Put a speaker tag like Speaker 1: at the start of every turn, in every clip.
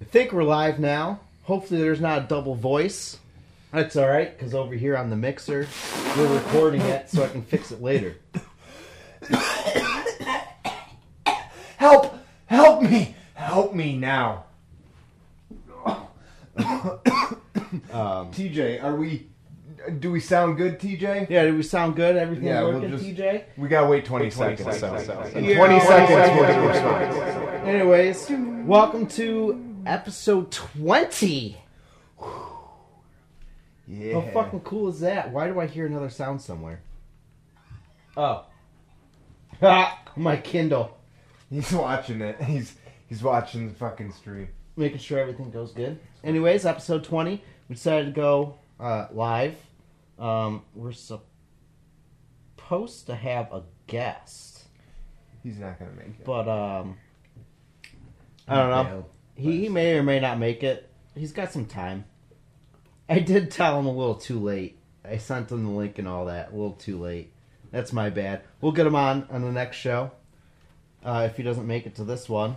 Speaker 1: I think we're live now. Hopefully, there's not a double voice. That's all right, because over here on the mixer, we're recording it so I can fix it later.
Speaker 2: Help! Help me! Help me now.
Speaker 1: Um,
Speaker 2: TJ, are we. Do we sound good, TJ?
Speaker 1: yeah, did we sound good? Everything
Speaker 2: Yeah, we'll
Speaker 1: working,
Speaker 2: just-
Speaker 1: TJ?
Speaker 2: We gotta wait 20, seconds.
Speaker 3: 20
Speaker 2: so-
Speaker 3: seconds.
Speaker 2: so- in
Speaker 1: Yeah.
Speaker 2: 20 seconds, we're, we're fine.
Speaker 1: Anyways, welcome to episode 20.
Speaker 2: Yeah.
Speaker 1: How fucking cool is that? Why do I hear another sound somewhere? Oh. My Kindle.
Speaker 2: He's watching it. He's he's watching the fucking stream.
Speaker 1: Making sure everything goes good. Anyways, episode 20. We decided to go uh, live. Um, we're supposed to have a guest,
Speaker 2: He's not gonna make it.
Speaker 1: but um, I don't know. He, he may or may not make it. He's got some time. I did tell him a little too late. I sent him the link and all that. A little too late. That's my bad. We'll get him on on the next show uh, if he doesn't make it to this one.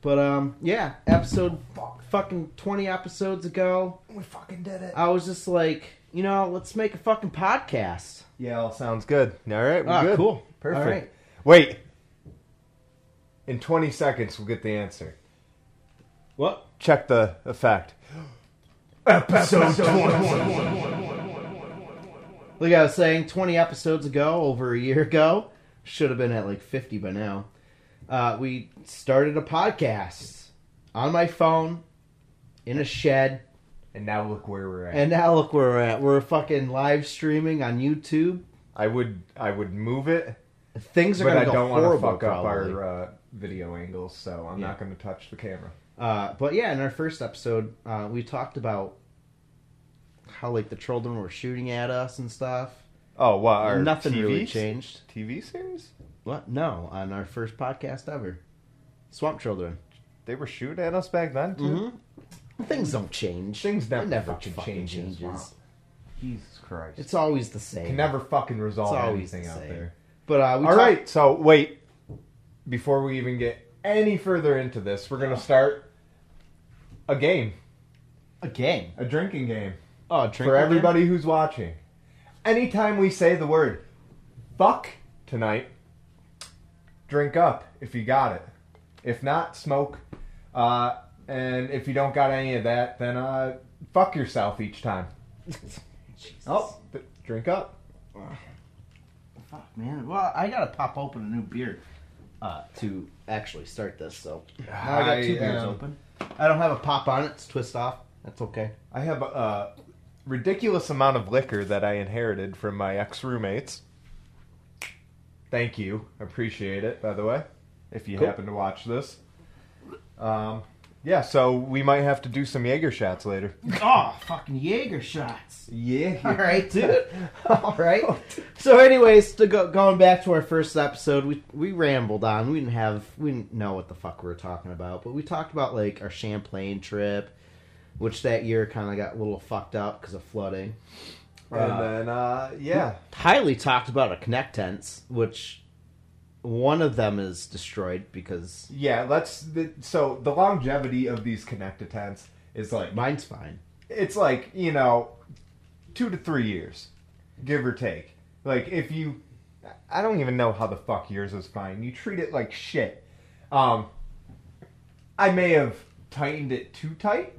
Speaker 1: But um, yeah, episode fucking twenty episodes ago,
Speaker 2: We fucking did it.
Speaker 1: I was just like, you know, let's make a fucking podcast.
Speaker 2: Yeah, all sounds good. All right, we're
Speaker 1: Ah,
Speaker 2: good.
Speaker 1: cool.
Speaker 2: Perfect.
Speaker 1: All right.
Speaker 2: Wait. In 20 seconds, we'll get the answer.
Speaker 1: What?
Speaker 2: Check the effect. Episode 20.
Speaker 1: Like I was saying, 20 episodes ago, over a year ago, should have been at like 50 by now, uh, we started a podcast on my phone in a shed.
Speaker 2: And now look where we're at.
Speaker 1: And now look where we're at. We're fucking live streaming on YouTube.
Speaker 2: I would I would move it,
Speaker 1: Things are
Speaker 2: but
Speaker 1: going
Speaker 2: I
Speaker 1: to go
Speaker 2: don't want to
Speaker 1: horrible.
Speaker 2: fuck up
Speaker 1: probably.
Speaker 2: our uh, video angles, so I'm not going to touch the camera.
Speaker 1: Uh, but yeah, in our first episode, uh, we talked about how like the children were shooting at us and stuff.
Speaker 2: Oh, what? Our
Speaker 1: Nothing
Speaker 2: TV
Speaker 1: really changed.
Speaker 2: TV series?
Speaker 1: What? No, on our first podcast ever, Swamp Children.
Speaker 2: They were shooting at us back then too.
Speaker 1: Mm-hmm. Things don't change.
Speaker 2: Things never,
Speaker 1: It never
Speaker 2: fucking
Speaker 1: fucking
Speaker 2: change in this
Speaker 1: changes.
Speaker 2: swamp. Jesus Christ!
Speaker 1: It's always the same.
Speaker 2: can never fucking resolve
Speaker 1: It's always the
Speaker 2: anything out
Speaker 1: same.
Speaker 2: there.
Speaker 1: But uh, we
Speaker 2: All
Speaker 1: talked-
Speaker 2: right, so wait. Before we even get any further into this, we're going to start a game,
Speaker 1: a game.
Speaker 2: a drinking game.
Speaker 1: Oh, drink
Speaker 2: for everybody who's watching. Anytime we say the word fuck tonight, drink up if you got it. If not, smoke. Uh, and if you don't got any of that, then uh, fuck yourself each time. Oh, th- drink up.
Speaker 1: fuck, man. Well, I gotta pop open a new beer uh, to actually start this. So now I got two
Speaker 2: I,
Speaker 1: beers
Speaker 2: um,
Speaker 1: open. I don't have a pop on it. It's twist off. That's okay.
Speaker 2: I have a ridiculous amount of liquor that I inherited from my ex roommates. Thank you. Appreciate it, by the way, if you
Speaker 1: Cool.
Speaker 2: happen to watch this. Um, yeah, so we might have to do some Jaeger shots later.
Speaker 1: oh, fucking Jaeger shots.
Speaker 2: Yeah.
Speaker 1: All right, dude. All right. So, anyways, to go, going back to our first episode, we we rambled on. We didn't have we didn't know what the fuck we were talking about, but we talked about like our Champlain trip, which that year kind of got a little fucked up because of flooding.
Speaker 2: And then, uh, yeah.
Speaker 1: Highly talked about our connect tents, which one of them is destroyed because
Speaker 2: Yeah, let's. The, so the longevity of these connected tents is like
Speaker 1: mine's fine.
Speaker 2: it's like you know two to three years give or take like if you i don't even know how the fuck yours is fine you treat it like shit um i may have tightened it too tight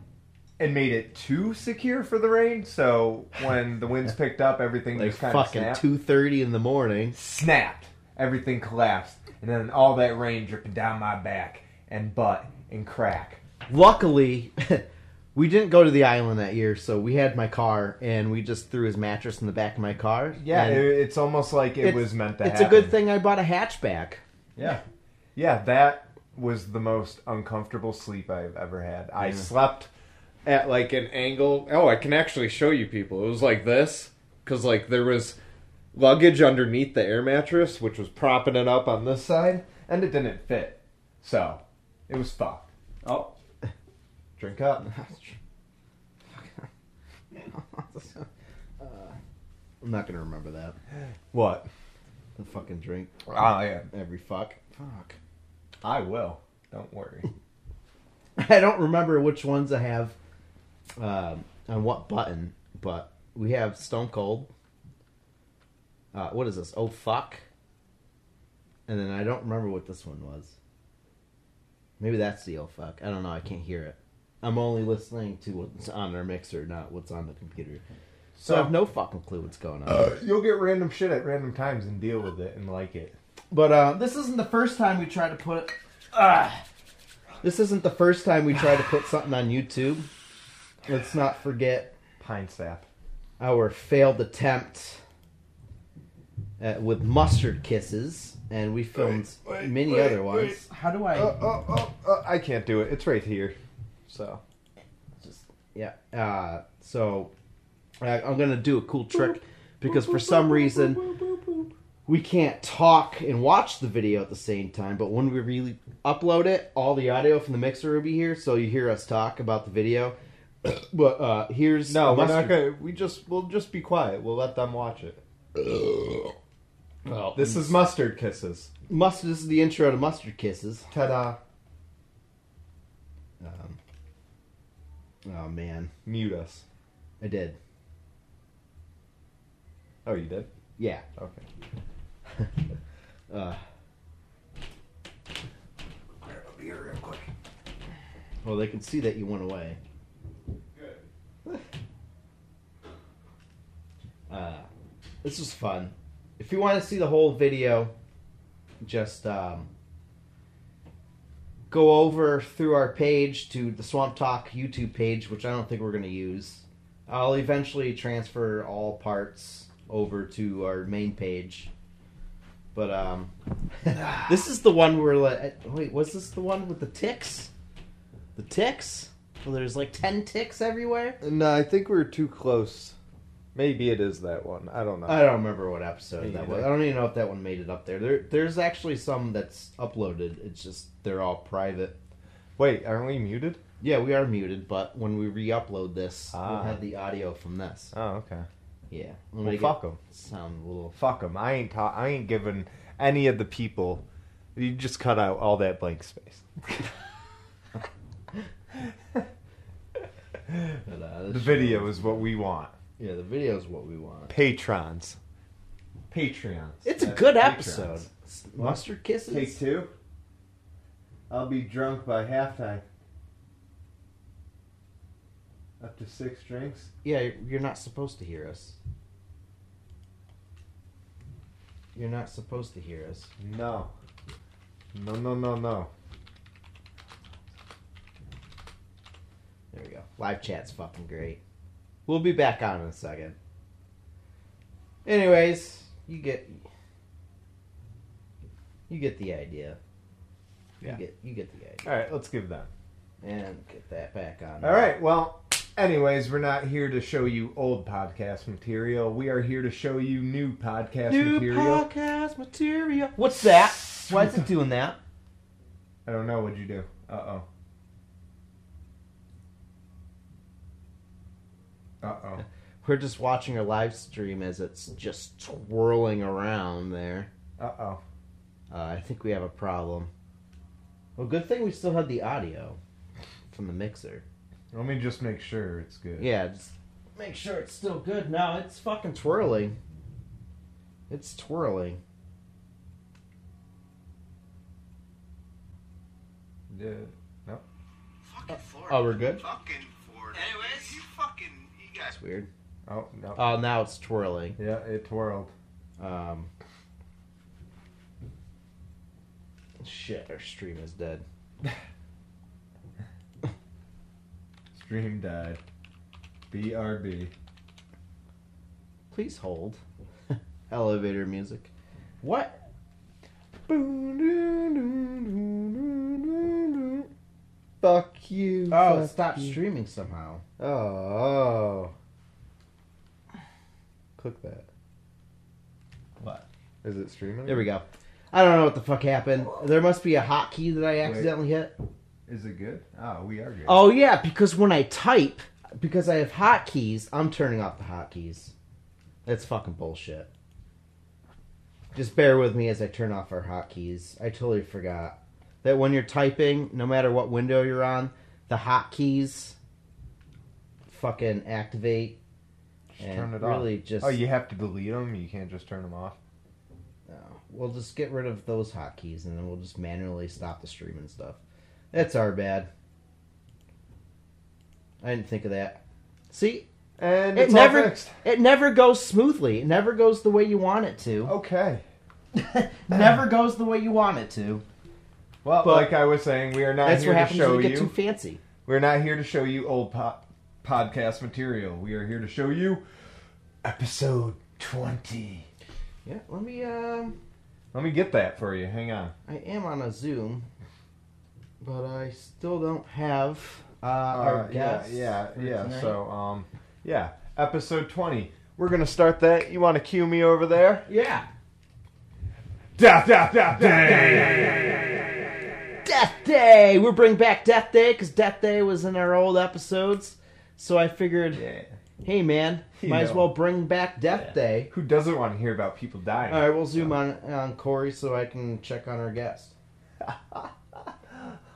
Speaker 2: and made it too secure for the rain so when the winds picked up everything
Speaker 1: Like
Speaker 2: just kind of
Speaker 1: fucking
Speaker 2: snapped
Speaker 1: two thirty in the morning.
Speaker 2: snapped everything collapsed and then all that rain dripping down my back and butt and crack
Speaker 1: Luckily, we didn't go to the island that year, so we had my car, and we just threw his mattress in the back of my car.
Speaker 2: yeah
Speaker 1: And
Speaker 2: it, it's almost like it
Speaker 1: it's-
Speaker 2: was meant to
Speaker 1: It's
Speaker 2: happen
Speaker 1: a good thing I bought a hatchback.
Speaker 2: Yeah. Yeah, that was the most uncomfortable sleep I've ever had. I slept at like an angle. Oh, I can actually show you people. It was like this cuz like there was luggage underneath the air mattress which was propping it up on this side and it didn't fit. So, it was fucked. Oh. Drink up.
Speaker 1: Uh, I'm not gonna remember that.
Speaker 2: What?
Speaker 1: The fucking drink
Speaker 2: Oh, yeah.
Speaker 1: every fuck. Fuck.
Speaker 2: I will. Don't worry.
Speaker 1: I don't remember which ones I have um, on what button, but we have Stone Cold. Uh, what is this? Oh fuck! And then I don't remember what this one was. Maybe that's the oh fuck. I don't know. I can't hear it. I'm only listening to what's on our mixer, not what's on the computer. So I have no fucking clue what's going on.
Speaker 2: You'll get random shit at random times and deal with it and like it.
Speaker 1: But uh, this isn't the first time we tried to put. Ah. this isn't the first time we tried to put something on YouTube. Let's not forget
Speaker 2: Pine sap.
Speaker 1: our failed attempt at, with mustard kisses, and we filmed
Speaker 2: Wait, wait,
Speaker 1: many
Speaker 2: wait,
Speaker 1: other ones.
Speaker 2: wait.
Speaker 1: How do I?
Speaker 2: Uh, oh, oh, oh, I can't do it. It's right here. So
Speaker 1: just yeah. Uh, so I, I'm gonna do a cool trick because for some reason we can't talk and watch the video at the same time. But when we really upload it, all the audio from the mixer will be here, so you hear us talk about the video. but uh, here's
Speaker 2: no,
Speaker 1: a
Speaker 2: we're not
Speaker 1: mustard-
Speaker 2: gonna. We just we'll just be quiet. We'll let them watch it.
Speaker 1: Well,
Speaker 2: This is mustard kisses.
Speaker 1: mustard. This is the intro to Mustard Kisses.
Speaker 2: Ta-da!
Speaker 1: Um, oh man,
Speaker 2: Mute us.
Speaker 1: I did.
Speaker 2: Oh, you did.
Speaker 1: Yeah.
Speaker 2: Okay.
Speaker 1: Uh,
Speaker 2: I'll be here real quick.
Speaker 1: well, they can see that you went away.
Speaker 2: Good.
Speaker 1: uh, this was fun. If you want to see the whole video, just um, go over through our page to the Swamp Talk YouTube page, which I don't think we're going to use. I'll eventually transfer all parts over to our main page. But um, this is the one where like, wait, was this the one with the ticks? The ticks? Well, there's like ten ticks everywhere.
Speaker 2: No, I think we are too close. Maybe it is that one. I don't know.
Speaker 1: I don't remember what episode
Speaker 2: Me
Speaker 1: that
Speaker 2: either.
Speaker 1: was. I don't even know if that one made it up there. There, there's actually some that's uploaded. It's just they're all private.
Speaker 2: Wait, aren't we muted?
Speaker 1: Yeah, we are muted, but when we re-upload this, we'll
Speaker 2: Ah.
Speaker 1: have the audio from this.
Speaker 2: Oh, okay.
Speaker 1: Yeah, we'll
Speaker 2: Well,
Speaker 1: make
Speaker 2: fuck them.
Speaker 1: it sound a little.
Speaker 2: Fuck them. I ain't ta- I ain't giving any of the people. You just cut out all that blank space.
Speaker 1: But, uh,
Speaker 2: The video is what we want.
Speaker 1: Yeah, the video is what we want.
Speaker 2: Patrons. Patreons.
Speaker 1: It's a
Speaker 2: Yeah,
Speaker 1: good
Speaker 2: Patreons.
Speaker 1: episode. Mustard kisses.
Speaker 2: Take two. I'll be drunk by halftime. Up to six drinks.
Speaker 1: Yeah, you're not supposed to hear us. You're not supposed to hear us.
Speaker 2: No. No, no, no, no.
Speaker 1: There we go. Live chat's fucking great. We'll be back on in a second. Anyways, you get you get the idea.
Speaker 2: Yeah.
Speaker 1: You get you get the idea.
Speaker 2: All right, let's give that.
Speaker 1: And get that back on.
Speaker 2: All right. Well, anyways, we're not here to show you old podcast material. We are here to show you new podcast
Speaker 1: New
Speaker 2: material.
Speaker 1: podcast material. What's that? Why is it doing that?
Speaker 2: I don't know what'd you do. Uh oh. Uh oh.
Speaker 1: We're just watching our live stream as it's just twirling around there.
Speaker 2: Uh oh.
Speaker 1: Uh, I think we have a problem. Well, good thing we still had the audio from the mixer.
Speaker 2: Let me just make sure it's good.
Speaker 1: Yeah, just make sure it's still good. No, it's fucking twirling. It's twirling.
Speaker 2: Yeah. No.
Speaker 4: Fucking Florida.
Speaker 1: Oh, we're good?
Speaker 4: Fucking Florida. Anyways, you fucking you guys.
Speaker 1: That's weird.
Speaker 2: Oh no.
Speaker 1: Oh, now it's twirling.
Speaker 2: yeah, it twirled.
Speaker 1: Um. Shit, our stream is dead.
Speaker 2: Stream died. BRB.
Speaker 1: Please hold. Elevator music. What?
Speaker 2: Fuck you.
Speaker 1: Oh, it
Speaker 2: fuck
Speaker 1: stopped
Speaker 2: you.
Speaker 1: streaming somehow.
Speaker 2: Oh. Click that. What? Is it streaming?
Speaker 1: There we go. I don't know what the fuck happened. There must be a hotkey that I accidentally hit.
Speaker 2: Is it good? Oh, we are good.
Speaker 1: Oh yeah, because when I type, because I have hotkeys, I'm turning off the hotkeys. That's fucking bullshit. Just bear with me as I turn off our hotkeys. I totally forgot that when you're typing, no matter what window you're on, the hotkeys fucking activate
Speaker 2: Just turn
Speaker 1: and
Speaker 2: it
Speaker 1: really
Speaker 2: off.
Speaker 1: just
Speaker 2: oh, you have to delete them. You can't just turn them off.
Speaker 1: No. uh, We'll just get rid of those hotkeys and then we'll just manually stop the stream and stuff. That's our bad. I didn't think of that. See,
Speaker 2: And
Speaker 1: it
Speaker 2: it's all
Speaker 1: never
Speaker 2: fixed.
Speaker 1: it never goes smoothly. It never goes the way you want it to.
Speaker 2: Okay.
Speaker 1: never goes the way you want it to.
Speaker 2: Well,
Speaker 1: But-
Speaker 2: like I was saying, we are not
Speaker 1: That's
Speaker 2: here
Speaker 1: what
Speaker 2: to
Speaker 1: happens
Speaker 2: show
Speaker 1: when you
Speaker 2: you.
Speaker 1: get too fancy.
Speaker 2: We're not here to show you old po- podcast material. We are here to show you episode 20.
Speaker 1: Yeah, let me um
Speaker 2: Let me get that for you. Hang on.
Speaker 1: I am on a Zoom, but I still don't have uh,
Speaker 2: Uh,
Speaker 1: our
Speaker 2: yeah,
Speaker 1: guest.
Speaker 2: yeah,
Speaker 1: for
Speaker 2: yeah.
Speaker 1: tonight.
Speaker 2: So, um, yeah, episode 20. We're going to start that. You want to cue me over there?
Speaker 1: yeah,
Speaker 2: Da, da, da, da,
Speaker 1: Death Day. We're bringing back Death Day because Death Day was in our old episodes. So I figured,
Speaker 2: Yeah.
Speaker 1: hey man,
Speaker 2: You
Speaker 1: might as
Speaker 2: know.
Speaker 1: well bring back Death
Speaker 2: Yeah.
Speaker 1: Day.
Speaker 2: Who doesn't want to hear about people dying?
Speaker 1: All right, we'll zoom on on Corey so I can check on our guest.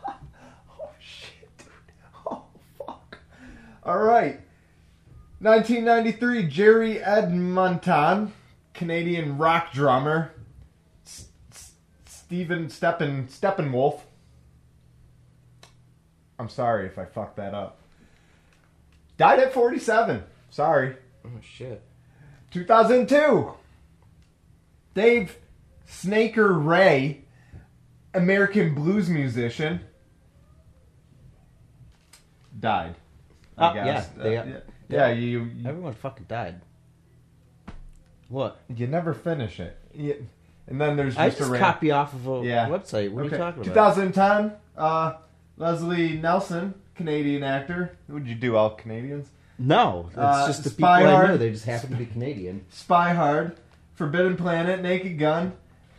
Speaker 2: Oh shit, dude. Oh fuck. All right. 1993, Jerry Edmonton, Canadian rock drummer, S- S- Stephen Steppen Steppenwolf. I'm sorry if I fucked that up. Died at 47. Sorry.
Speaker 1: Oh shit!
Speaker 2: 2002. Dave Snaker Ray, American blues musician, died.
Speaker 1: Oh, yeah, they-
Speaker 2: Uh, yeah, yeah, you you,
Speaker 1: Everyone fucking died. What?
Speaker 2: you never finish it. You- and then there's just,
Speaker 1: I
Speaker 2: a
Speaker 1: just
Speaker 2: ran-
Speaker 1: copy off of a
Speaker 2: Yeah.
Speaker 1: website. What are
Speaker 2: Okay,
Speaker 1: you talking about?
Speaker 2: 2010, uh, Leslie Nelson, Canadian actor. Would you do all Canadians?
Speaker 1: No, it's
Speaker 2: Uh,
Speaker 1: just the people
Speaker 2: Spy
Speaker 1: I
Speaker 2: Hard.
Speaker 1: know. They just happen to be Canadian.
Speaker 2: Spy Hard, Forbidden Planet, Naked Gun,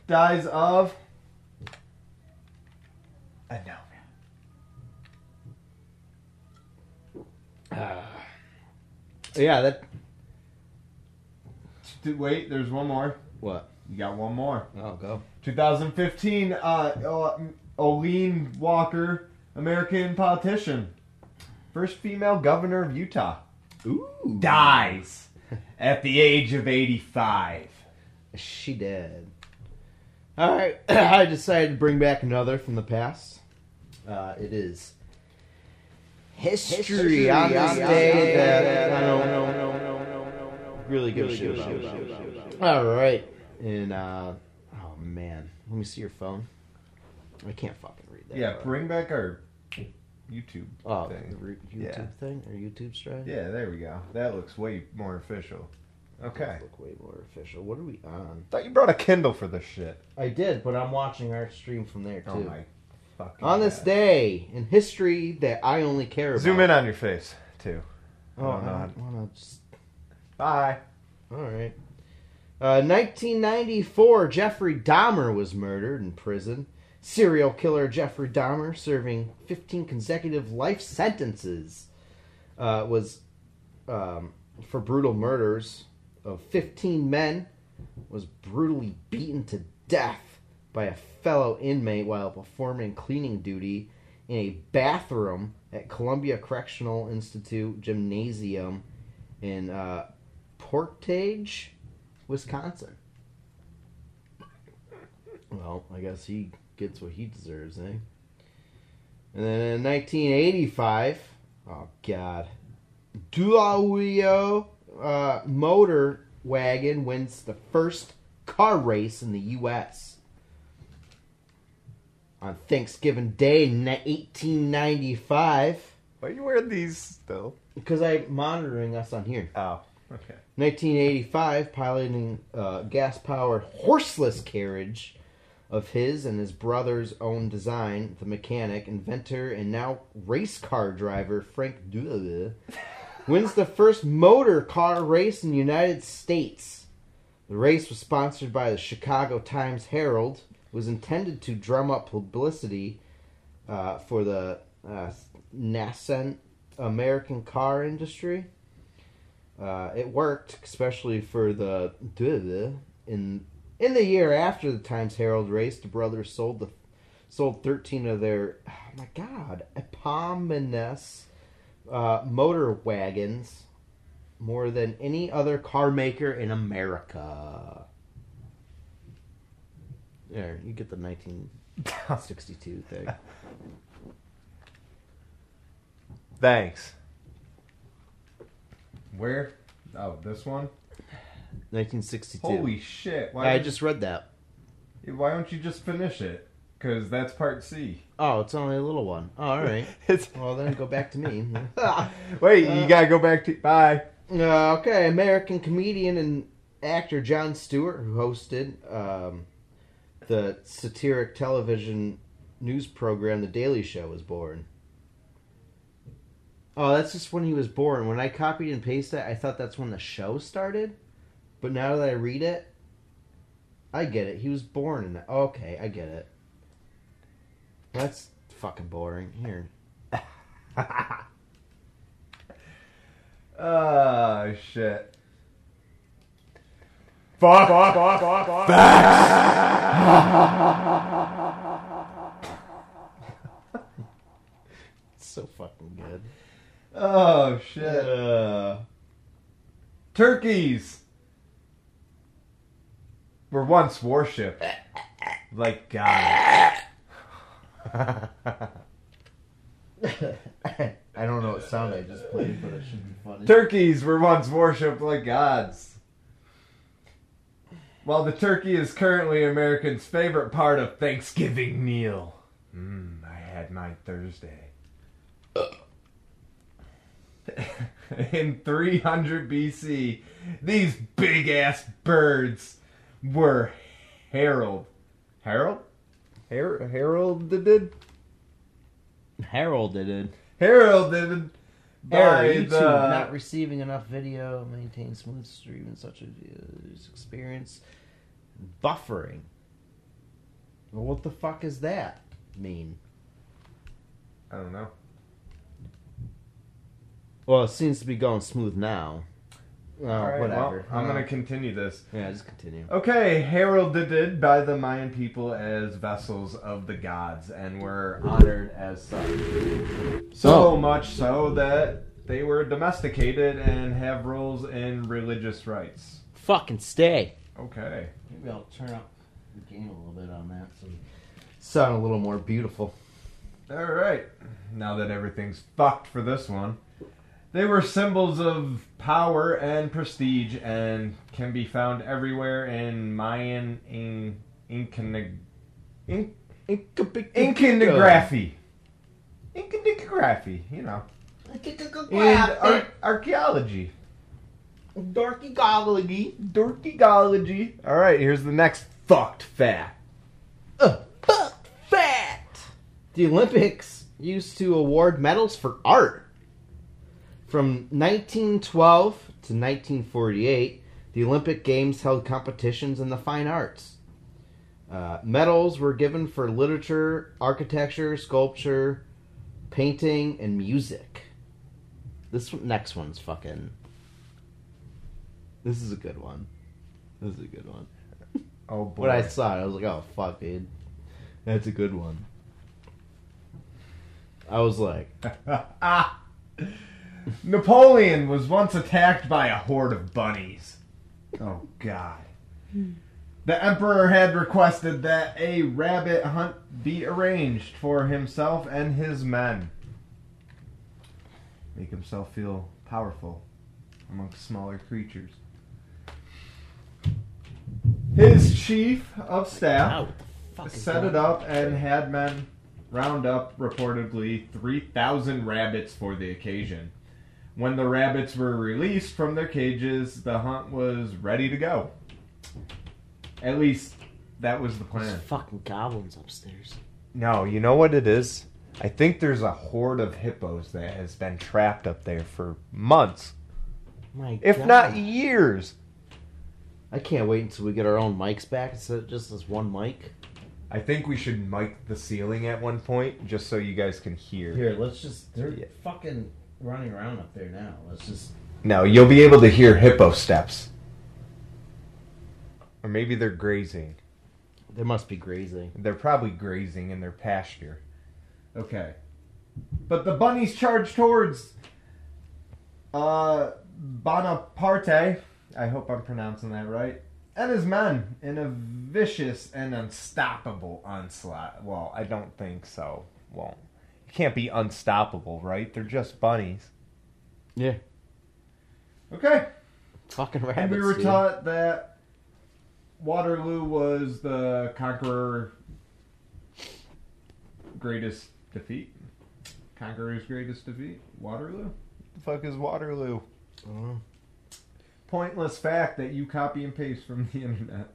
Speaker 2: dies of. I know.
Speaker 1: Yeah, that.
Speaker 2: St- Wait, there's one more.
Speaker 1: What?
Speaker 2: You got one more.
Speaker 1: I'll Oh, go.
Speaker 2: 2015, uh, Oline Walker, American politician, first female governor of Utah,
Speaker 1: Ooh.
Speaker 2: dies at the age of 85.
Speaker 1: She did. All right, I decided to bring back another from the past. Uh, it is history on this day that I don't really give a shit about. All right, and uh, oh man, let me see your phone. I can't fucking read that.
Speaker 2: Yeah,
Speaker 1: far.
Speaker 2: bring back our YouTube
Speaker 1: oh, the
Speaker 2: thing.
Speaker 1: re- YouTube
Speaker 2: Yeah.
Speaker 1: thing or YouTube strike.
Speaker 2: Yeah, there we go. That looks way more official. Okay.
Speaker 1: Look way more official. What are we on?
Speaker 2: Thought you brought a Kindle for this shit.
Speaker 1: I did, but I'm watching our stream from there too.
Speaker 2: Oh my fucking.
Speaker 1: On this
Speaker 2: God.
Speaker 1: day in history that I only care about.
Speaker 2: Zoom in on your face too.
Speaker 1: Oh,
Speaker 2: Oh, no.
Speaker 1: I don't wanna just.
Speaker 2: Bye.
Speaker 1: All right. Uh, 1994, Jeffrey Dahmer was murdered in prison. Serial killer Jeffrey Dahmer, serving 15 consecutive life sentences, uh, was um, for brutal murders of 15 men, was brutally beaten to death by a fellow inmate while performing cleaning duty in a bathroom at Columbia Correctional Institute Gymnasium in uh, Portage, Wisconsin. Well, I guess he gets what he deserves, eh? And then in 1985, oh god, Dualio uh, Motor Wagon wins the first car race in the U.S. On Thanksgiving Day, in 1895,
Speaker 2: Why you wearing these still?
Speaker 1: because I'm monitoring us on here.
Speaker 2: Oh, okay.
Speaker 1: 1985, piloting a gas powered horseless carriage of his and his brother's own design, the mechanic, inventor, and now race car driver Frank Dule wins the first motor car race in the United States. The race was sponsored by the Chicago Times Herald, was intended to drum up publicity uh, for the uh, nascent American car industry. Uh, it worked, especially for the in in the year after the Times Herald race. The brothers sold the sold 13 of their, oh my God, eponymous uh, motor wagons more than any other car maker in America. There, you get the 1962 thing.
Speaker 2: Thanks. Where? Oh, this one.
Speaker 1: 1962.
Speaker 2: Holy shit! Why?
Speaker 1: I
Speaker 2: don't-
Speaker 1: just read that.
Speaker 2: Why don't you just finish it? Because that's part C.
Speaker 1: Oh, it's only a little one. Oh, all right.
Speaker 2: It's
Speaker 1: Well, then go back to me.
Speaker 2: wait.
Speaker 1: Uh,
Speaker 2: you gotta go back to bye.
Speaker 1: Uh, okay, American comedian and actor John Stewart, who hosted um, the satiric television news program The Daily Show, was born. Oh, that's just when he was born. When I copied and pasted it, I thought that's when the show started. But now that I read it, I get it. He was born in. Okay, I get it. That's fucking boring. Here.
Speaker 2: Oh shit. Fuck, fuck, fuck, fuck, fuck.
Speaker 1: It's so fucking good.
Speaker 2: Oh shit.
Speaker 1: Uh,
Speaker 2: Turkeys were once worshipped like God.
Speaker 1: I don't know what sound I just played, but it should be funny.
Speaker 2: Turkeys were once worshipped like gods. While the turkey is currently Americans' favorite part of Thanksgiving meal. Mmm, I had mine Thursday. In 300 BC, these big ass birds were herald. Herald? Her- heralded?
Speaker 1: Heralded it.
Speaker 2: Heralded by
Speaker 1: Error, YouTube
Speaker 2: the...
Speaker 1: not receiving enough video, maintain smooth stream in such a user's experience. Buffering. Well, what the fuck is that mean?
Speaker 2: I don't know.
Speaker 1: Well, it seems to be going smooth now. Oh,
Speaker 2: All right,
Speaker 1: whatever.
Speaker 2: well, I'm
Speaker 1: Uh,
Speaker 2: going to continue this.
Speaker 1: Yeah, just continue.
Speaker 2: Okay, heralded by the Mayan people as vessels of the gods and were honored as such. So
Speaker 1: Oh.
Speaker 2: much so that they were domesticated and have roles in religious rites.
Speaker 1: Fucking stay.
Speaker 2: Okay.
Speaker 1: Maybe I'll turn up the game a little bit on that so we sound a little more beautiful.
Speaker 2: All right. Now that everything's fucked for this one, they were symbols of power and prestige and can be found everywhere in Mayan in, incana, in, incanography. Incanography, you know. And ar- archaeology.
Speaker 1: Dorky goggly.
Speaker 2: Dorkigology. All right, here's the next fucked fact.
Speaker 1: Uh, fuck fat. The Olympics used to award medals for art. From 1912 to 1948, the Olympic Games held competitions in the fine arts. Uh, medals were given for literature, architecture, sculpture, painting, and music. This one, next one's fucking. This is a good one. This is a good one.
Speaker 2: Oh boy.
Speaker 1: When I saw it, I was like, oh, fuck, dude. That's a good one. I was like,
Speaker 2: ah. Napoleon was once attacked by a horde of bunnies. Oh god. The emperor had requested that a rabbit hunt be arranged for himself and his men. Make himself feel powerful amongst smaller creatures. His chief of staff
Speaker 1: wow, Ah, what the fuck is
Speaker 2: set
Speaker 1: going
Speaker 2: it up and had men round up reportedly 3,000 rabbits for the occasion. When the rabbits were released from their cages, the hunt was ready to go. At least that was the
Speaker 1: There's
Speaker 2: plan.
Speaker 1: fucking goblins upstairs.
Speaker 2: No, you know what it is? I think there's a horde of hippos that has been trapped up there for months,
Speaker 1: My
Speaker 2: if
Speaker 1: God.
Speaker 2: not years.
Speaker 1: I can't wait until we get our own mics back instead of just this one mic.
Speaker 2: I think we should mic the ceiling at one point just so you guys can hear.
Speaker 1: Here, let's just. They're
Speaker 2: Yeah.
Speaker 1: fucking running around up there now. Let's just.
Speaker 2: No, you'll be able to hear hippo steps. Or maybe they're grazing.
Speaker 1: They must be grazing.
Speaker 2: They're probably grazing in their pasture. Okay. But the bunnies charge towards uh, Bonaparte, I hope I'm pronouncing that right, and his men in a vicious and unstoppable onslaught. Well, I don't think so. Well, you can't be unstoppable, right? They're just bunnies.
Speaker 1: Yeah.
Speaker 2: Okay.
Speaker 1: Fucking rabbits.
Speaker 2: And we were
Speaker 1: dude.
Speaker 2: taught that Waterloo was the conqueror greatest defeat. Conqueror's greatest defeat? Waterloo? The fuck is Waterloo?
Speaker 1: Oh.
Speaker 2: Pointless fact that you copy and paste from the internet.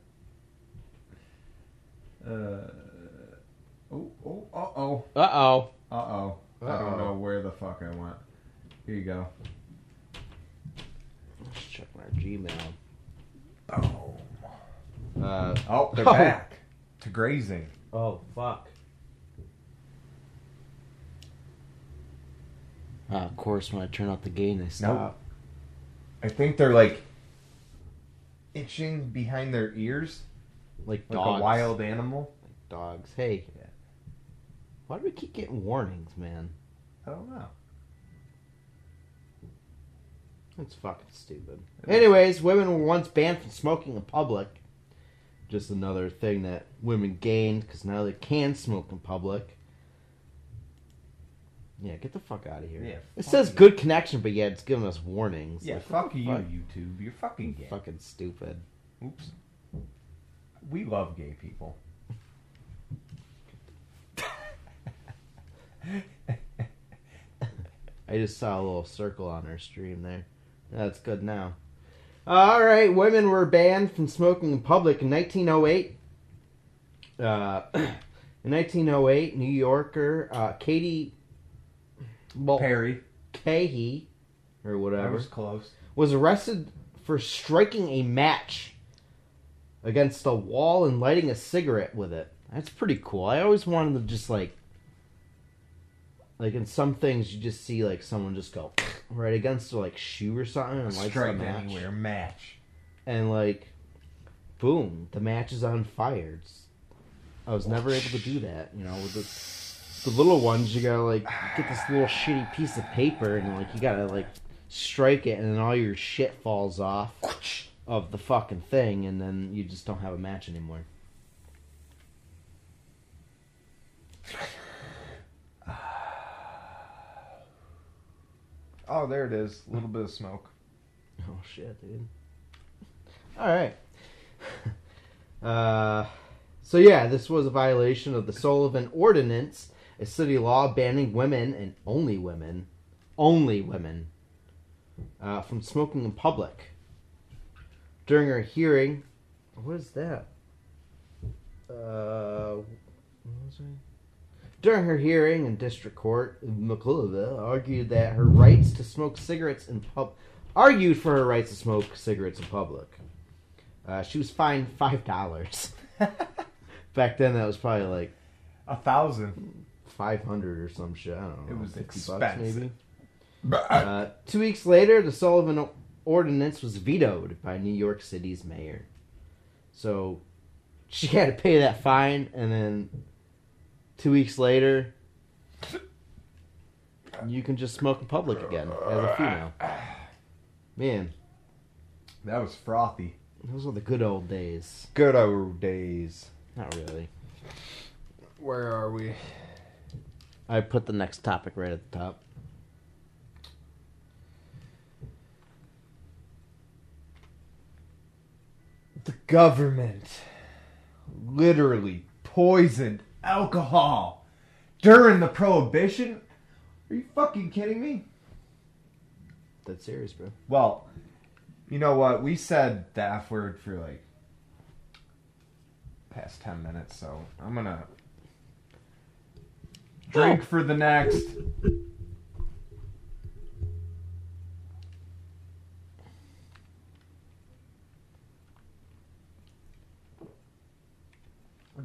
Speaker 2: Uh oh oh uh oh
Speaker 1: Uh oh.
Speaker 2: uh oh. I
Speaker 1: Uh-oh.
Speaker 2: don't know where the fuck I went. Here you go.
Speaker 1: Let's check my Gmail.
Speaker 2: Oh,
Speaker 1: Uh,
Speaker 2: oh they're
Speaker 1: Oh.
Speaker 2: back to grazing.
Speaker 1: oh, fuck. Uh, of course, when I turn off the gain, they
Speaker 2: No.
Speaker 1: stop.
Speaker 2: I think they're like itching behind their ears
Speaker 1: Like
Speaker 2: like
Speaker 1: dogs.
Speaker 2: a wild animal.
Speaker 1: dogs. Hey.
Speaker 2: Yeah.
Speaker 1: Why do we keep getting warnings, man?
Speaker 2: I don't know.
Speaker 1: That's fucking stupid.
Speaker 2: It is.
Speaker 1: Anyways, women were once banned from smoking in public. Just another thing that women gained because now they can smoke in public. Yeah, get the fuck out of here.
Speaker 2: Yeah,
Speaker 1: it
Speaker 2: fuck
Speaker 1: says
Speaker 2: you.
Speaker 1: good connection, but yeah, it's giving us warnings.
Speaker 2: yeah,
Speaker 1: Like, what
Speaker 2: fuck
Speaker 1: the
Speaker 2: you,
Speaker 1: fuck?
Speaker 2: YouTube. You're fucking gay.
Speaker 1: Fucking stupid.
Speaker 2: Oops. We love gay people.
Speaker 1: I just saw a little circle on her stream there. That's good now. All right, women were banned from smoking in public in 1908. Uh, in 1908, New Yorker uh, Katie well,
Speaker 2: Perry.
Speaker 1: Mulcahy, or
Speaker 2: I
Speaker 1: whatever,
Speaker 2: was
Speaker 1: was...
Speaker 2: close.
Speaker 1: arrested for striking a match against a wall and lighting a cigarette with it. That's pretty cool. I always wanted to just like, like in some things you just see like someone just go right against a like shoe or something and lights the
Speaker 2: Strike
Speaker 1: match,
Speaker 2: anywhere. Match.
Speaker 1: and like, boom, the match is on fire. It's- I was never able to do that, you know, with the. The little ones, you gotta like get this little shitty piece of paper and like you gotta like strike it, and then all your shit falls off of the fucking thing, and then you just don't have a match anymore.
Speaker 2: Oh, there it is. A little bit of smoke.
Speaker 1: Oh shit, dude. All right. Uh, so yeah, this was a violation of the Sullivan Ordinance, a city law banning women and only women, only women, uh, from smoking in public. During her hearing, what is that? Uh, what was I- During her hearing in district court, McCullough argued that her rights to smoke cigarettes in pub argued for her rights to smoke cigarettes in public. Uh, she was fined five dollars. Back then, that was probably like
Speaker 2: A thousand.
Speaker 1: five hundred or some shit. I don't know.
Speaker 2: It was
Speaker 1: 50
Speaker 2: expensive.
Speaker 1: Uh, two weeks later, the Sullivan Ordinance was vetoed by New York City's mayor. So she had to pay that fine, and then two weeks later, you can just smoke in public again as a female. Man,
Speaker 2: That was frothy.
Speaker 1: those were the good old days.
Speaker 2: Good old days.
Speaker 1: Not really.
Speaker 2: Where are we?
Speaker 1: I put the next topic right at the top.
Speaker 2: The government literally poisoned alcohol during the prohibition? Are you fucking kidding me?
Speaker 1: That's serious, bro.
Speaker 2: Well, you know what? We said the F word for like past 10 minutes, so I'm gonna drink for the next.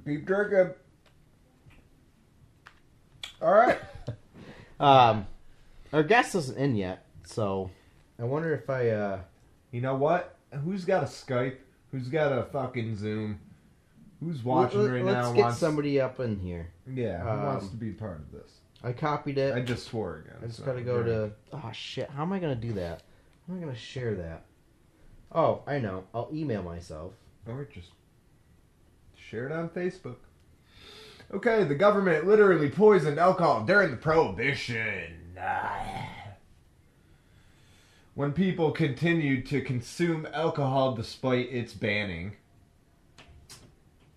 Speaker 2: Keep drinking. uh, All right.
Speaker 1: Um, our guest isn't in yet, so I wonder if I uh
Speaker 2: You know what? Who's got a Skype? Who's got a fucking Zoom? Who's watching
Speaker 1: Let-
Speaker 2: right
Speaker 1: let's
Speaker 2: now?
Speaker 1: get
Speaker 2: wants,
Speaker 1: somebody up in here.
Speaker 2: Yeah, who wants
Speaker 1: um,
Speaker 2: to be part of this?
Speaker 1: I copied it.
Speaker 2: I just swore again.
Speaker 1: I just
Speaker 2: so-
Speaker 1: gotta go to. Oh shit! How am I gonna do that? How am I gonna share that? Oh, I know. I'll email myself.
Speaker 2: Or just share it on Facebook. Okay, the government literally poisoned alcohol during the Prohibition. Ah. When people continued to consume alcohol despite its banning.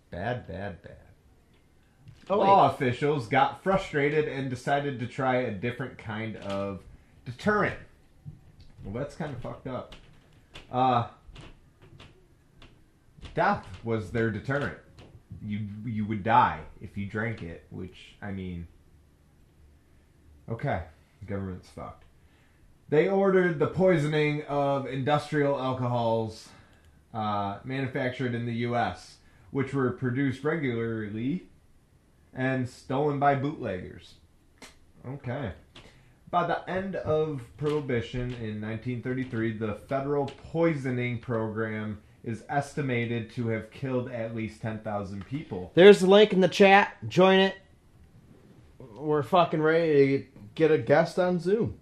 Speaker 2: Bad, bad, bad.
Speaker 1: Oh wait.
Speaker 2: Law officials got frustrated and decided to try a different kind of deterrent. Well, that's kind of fucked up. Uh, death was their deterrent. You you would die if you drank it, which I mean. Okay, the government's fucked. They ordered the poisoning of industrial alcohols uh, manufactured in the U.S., which were produced regularly and stolen by bootleggers. Okay. By the end of Prohibition in 1933, the federal poisoning program is estimated to have killed at least 10,000 people.
Speaker 1: There's the link in the chat. Join it. We're fucking ready to get a guest on Zoom.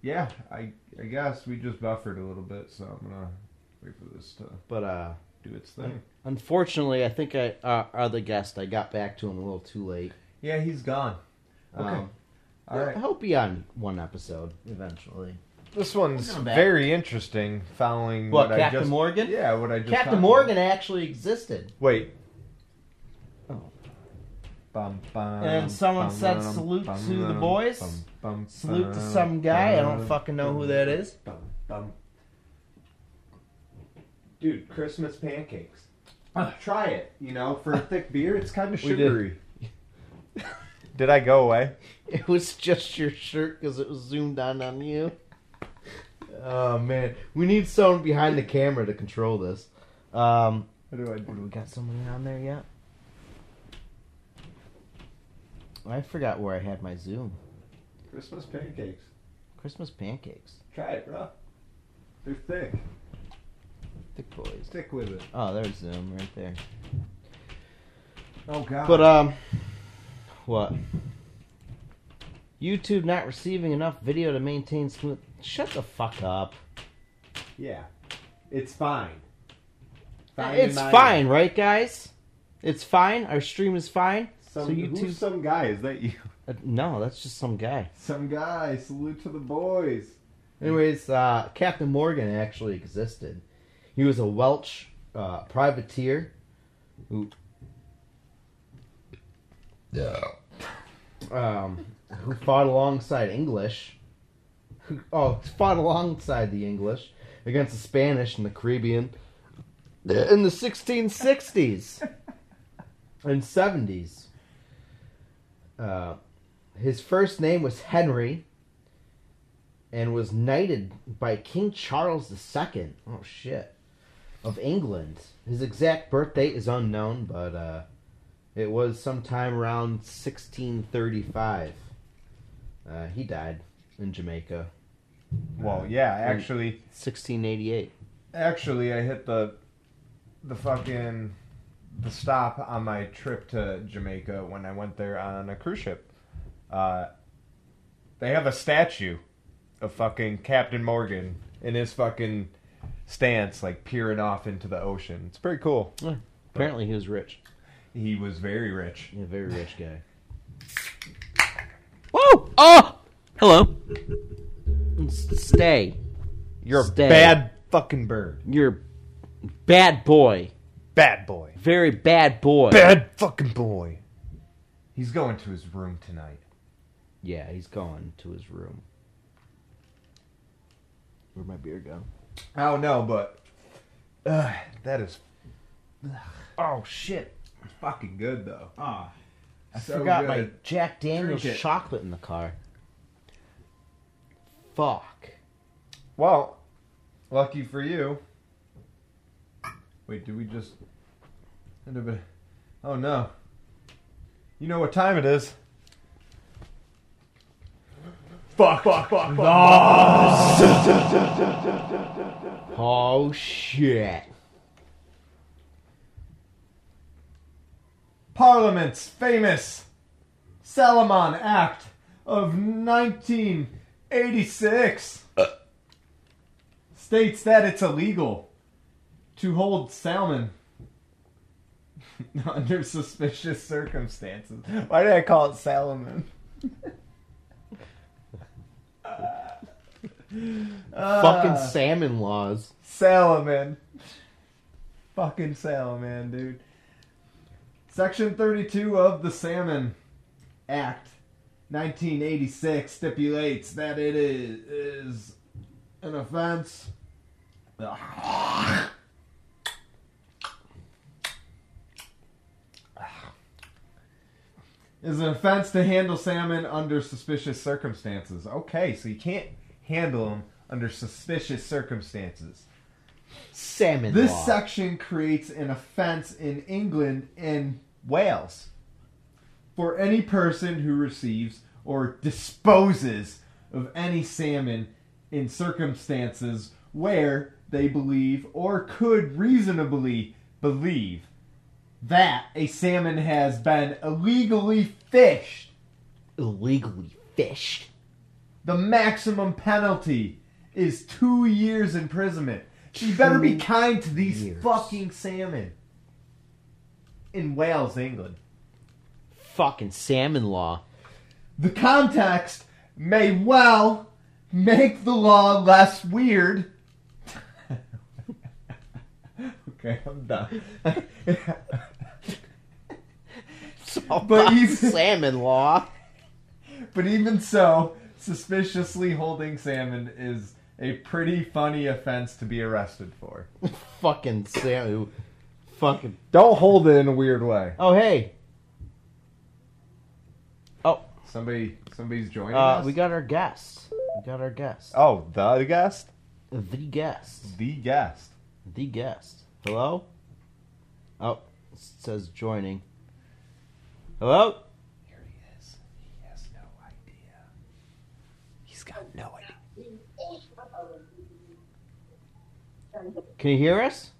Speaker 2: Yeah, I, I guess we just buffered a little bit, so I'm gonna wait for this to
Speaker 1: But uh,
Speaker 2: do its thing.
Speaker 1: unfortunately, I think I uh, other guest. I got back to him a little too late.
Speaker 2: Yeah, he's gone. Okay.
Speaker 1: Um,
Speaker 2: All right.
Speaker 1: I hope he on one episode eventually.
Speaker 5: This one's
Speaker 1: Look at him
Speaker 5: very interesting. Following
Speaker 1: What,
Speaker 5: what, I
Speaker 1: Captain
Speaker 5: just
Speaker 1: Morgan?
Speaker 2: Yeah, what I just
Speaker 1: Captain
Speaker 2: talked
Speaker 1: Morgan
Speaker 2: about.
Speaker 1: actually existed.
Speaker 5: wait.
Speaker 2: Oh. Bum, bum,
Speaker 1: And someone
Speaker 2: bum,
Speaker 1: said
Speaker 2: bum,
Speaker 1: salute
Speaker 2: bum,
Speaker 1: to the
Speaker 2: bum,
Speaker 1: boys.
Speaker 2: bum, bum,
Speaker 1: Salute to
Speaker 2: bum,
Speaker 1: some guy. I don't
Speaker 2: bum,
Speaker 1: fucking know who
Speaker 2: bum,
Speaker 1: that is.
Speaker 2: bum, bum. Dude, Christmas pancakes. Try it. You know, for a thick beer, it's kind of
Speaker 1: We did.
Speaker 2: sugary.
Speaker 5: Did I go away?
Speaker 1: It was just your shirt because it was zoomed on on you. Oh man, we need someone behind the camera to control this. Um,
Speaker 2: What do I
Speaker 1: do
Speaker 2: do?
Speaker 1: we got somebody on there yet? I forgot where I had my Zoom.
Speaker 2: Christmas pancakes.
Speaker 1: Christmas pancakes,
Speaker 2: Try it, bro. They're thick.
Speaker 1: thick boys.
Speaker 2: Stick with it.
Speaker 1: Oh, there's Zoom right there.
Speaker 2: Oh god.
Speaker 1: But um, what? YouTube not receiving enough video to maintain smooth. Shut the fuck up.
Speaker 2: yeah, it's fine. in
Speaker 1: it's
Speaker 2: my-
Speaker 1: fine, right, guys? It's fine. Our stream is fine.
Speaker 2: Some,
Speaker 1: so you
Speaker 2: who's
Speaker 1: two,
Speaker 2: some guy? Is that you?
Speaker 1: uh, no, that's just some guy.
Speaker 2: Some guy. Salute to the boys.
Speaker 1: Anyways, uh, Captain Morgan actually existed. He was a Welsh uh, privateer who, um, who fought alongside English. Who, oh, fought alongside the English against the Spanish in the Caribbean in the 1660s and 70s. Uh, his first name was Henry and was knighted by King Charles II. Oh shit. Of England. His exact birth date is unknown, but uh it was sometime around 1635. Uh, he died in Jamaica,
Speaker 2: Well, yeah, actually,
Speaker 1: 1688.
Speaker 2: actually, I hit the, the fucking, the stop on my trip to Jamaica when I went there on a cruise ship. Uh, they have a statue of fucking Captain Morgan in his fucking stance, like peering off into the ocean. It's pretty cool.
Speaker 1: Apparently, he was rich.
Speaker 2: He was very rich.
Speaker 1: Yeah, very rich guy.
Speaker 6: Whoa! Oh! Hello.
Speaker 1: Stay.
Speaker 5: You're a
Speaker 1: Stay.
Speaker 5: bad fucking bird.
Speaker 1: You're bad boy.
Speaker 5: Bad boy.
Speaker 1: Very bad boy.
Speaker 5: Bad fucking boy.
Speaker 2: He's going to his room tonight.
Speaker 1: Yeah, he's gone to his room. Where'd my beer go?
Speaker 2: I don't know, but uh, that is
Speaker 1: Oh shit.
Speaker 2: fucking good though.
Speaker 1: Ah, I
Speaker 2: So
Speaker 1: forgot
Speaker 2: good.
Speaker 1: my Jack Daniels
Speaker 2: Drink it.
Speaker 1: chocolate in the car. Fuck.
Speaker 2: Well, lucky for you. Wait, did we just end up? Oh no. You know what time it is. Fuck! Fuck! Fuck! Ah!
Speaker 1: Oh shit.
Speaker 2: Parliament's famous Salomon Act of 1986 states that it's illegal to hold salmon under suspicious circumstances. Why did I call it salmon? Uh,
Speaker 1: Fucking salmon laws.
Speaker 2: Salomon. Fucking Salomon, dude. Section 32 of the Salmon Act 1986 stipulates that it is, is an offense. Is an offense to handle salmon under suspicious circumstances. Okay, so you can't handle them under suspicious circumstances.
Speaker 1: Salmon
Speaker 2: This
Speaker 1: law.
Speaker 2: section creates an offense in England and Wales for any person who receives or disposes of any salmon in circumstances where they believe or could reasonably believe that a salmon has been illegally fished.
Speaker 1: Illegally fished.
Speaker 2: The maximum penalty is two years imprisonment. So you better be
Speaker 1: Two
Speaker 2: kind to these
Speaker 1: years.
Speaker 2: fucking salmon. In Wales, England.
Speaker 1: Fucking salmon law.
Speaker 2: The context may well make the law less weird. okay, I'm done.
Speaker 1: But
Speaker 2: even-
Speaker 1: salmon law.
Speaker 2: but even so, suspiciously holding salmon is a pretty funny offense to be arrested for.
Speaker 1: Fucking salmon. Fucking.
Speaker 2: Don't hold it in a weird way.
Speaker 1: Oh hey, Oh,
Speaker 2: Somebody, somebody's joining
Speaker 1: uh,
Speaker 2: us.
Speaker 1: we got our guest. We got our guest.
Speaker 2: oh, the guest,
Speaker 1: The guest.
Speaker 2: the guest.
Speaker 1: The guest. Hello. Oh, it says joining. Hello.
Speaker 2: Here he is. He has no idea.
Speaker 6: He's got no idea.
Speaker 1: Can you hear us?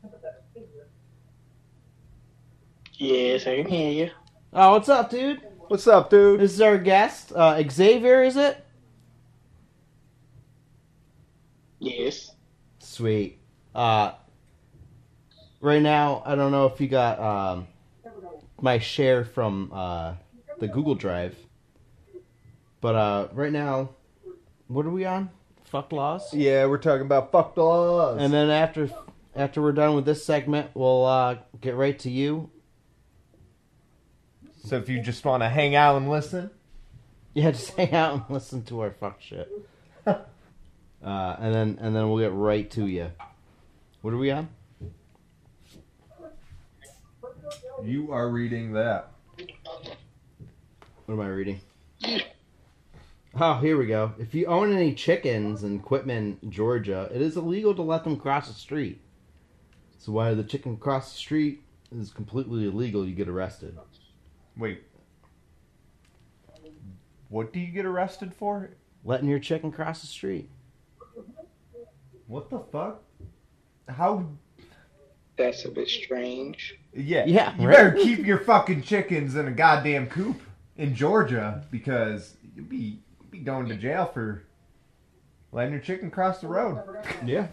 Speaker 3: Yes, I can hear you.
Speaker 1: Oh, what's up, dude?
Speaker 2: What's up, dude?
Speaker 1: This is our guest, uh, Xavier. Is it?
Speaker 3: Yes.
Speaker 1: Sweet. Uh, right now, I don't know if you got um, my share from uh, the Google Drive, but uh, right now, what are we on? Fuck laws.
Speaker 2: Yeah, we're talking about fucked laws.
Speaker 1: And then after after we're done with this segment, we'll uh, get right to you.
Speaker 2: so if you just want to hang out and listen,
Speaker 1: Yeah, just hang out and listen to our fuck shit. Uh, and then and then we'll get right to you. What are we on?
Speaker 2: you are reading that.
Speaker 1: What am I reading? Oh, here we go. If you own any chickens in Quitman, Georgia, it is illegal to let them cross the street. So why the chicken cross the street is completely illegal, you get arrested.
Speaker 2: Wait. What do you get arrested for?
Speaker 1: Letting your chicken cross the street.
Speaker 2: What the fuck? How?
Speaker 3: That's a bit strange.
Speaker 2: Yeah.
Speaker 1: Yeah,
Speaker 2: You
Speaker 1: right.
Speaker 2: better keep your fucking chickens in a goddamn coop in Georgia because you'll be you'll be going to jail for letting your chicken cross the road.
Speaker 1: Yeah.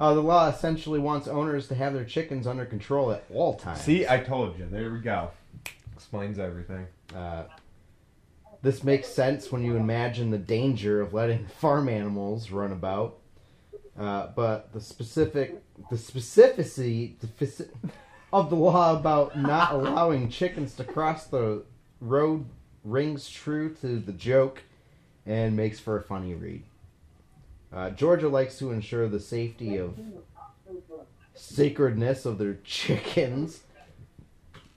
Speaker 1: Uh, the law essentially wants owners to have their chickens under control at all times.
Speaker 2: See, I told you. There we go. Explains everything.
Speaker 1: Uh, this makes sense when you imagine the danger of letting farm animals run about. Uh, but the specific, the specificity the faci- of the law about not allowing chickens to cross the road rings true to the joke and makes for a funny read. Uh, Georgia likes to ensure the safety of sacredness of their chickens.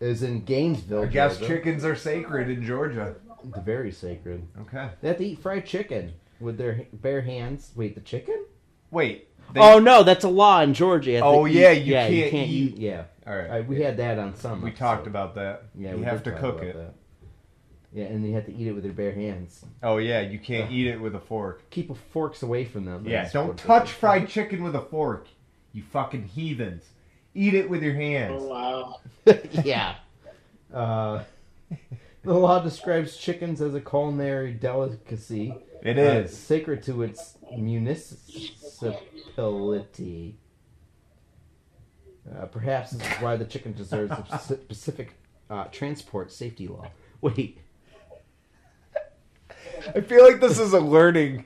Speaker 1: Is in Gainesville.
Speaker 2: I guess
Speaker 1: Georgia.
Speaker 2: chickens are sacred in Georgia.
Speaker 1: The very sacred.
Speaker 2: Okay.
Speaker 1: They have to eat fried chicken with their h- bare hands. Wait, the chicken?
Speaker 2: Wait. They-
Speaker 1: oh no, that's a law in Georgia. You have to
Speaker 2: Oh, yeah, you can't eat-
Speaker 1: Yeah,
Speaker 2: All
Speaker 1: Uh,
Speaker 2: right.
Speaker 1: we had that on some.
Speaker 2: We
Speaker 1: episode.
Speaker 2: talked about that.
Speaker 1: Yeah,
Speaker 2: you
Speaker 1: we
Speaker 2: have
Speaker 1: did
Speaker 2: to
Speaker 1: talk
Speaker 2: cook
Speaker 1: about
Speaker 2: it.
Speaker 1: that. Yeah, and you have to eat it with your bare hands.
Speaker 2: Oh yeah, you can't eat it with a fork.
Speaker 1: Keep forks away from them.
Speaker 2: Yeah,
Speaker 1: That's
Speaker 2: don't
Speaker 1: what they-
Speaker 2: touch fried chicken with a fork. You fucking heathens. Eat it with your
Speaker 3: Oh
Speaker 2: hands.
Speaker 3: wow.
Speaker 1: yeah. Uh, the law describes chickens as a culinary delicacy.
Speaker 2: It
Speaker 1: uh,
Speaker 2: is.
Speaker 1: sacred to its municipality. Uh, perhaps this is why the chicken deserves a speci- specific uh, transport safety law. Wait,
Speaker 5: I feel like this is a learning,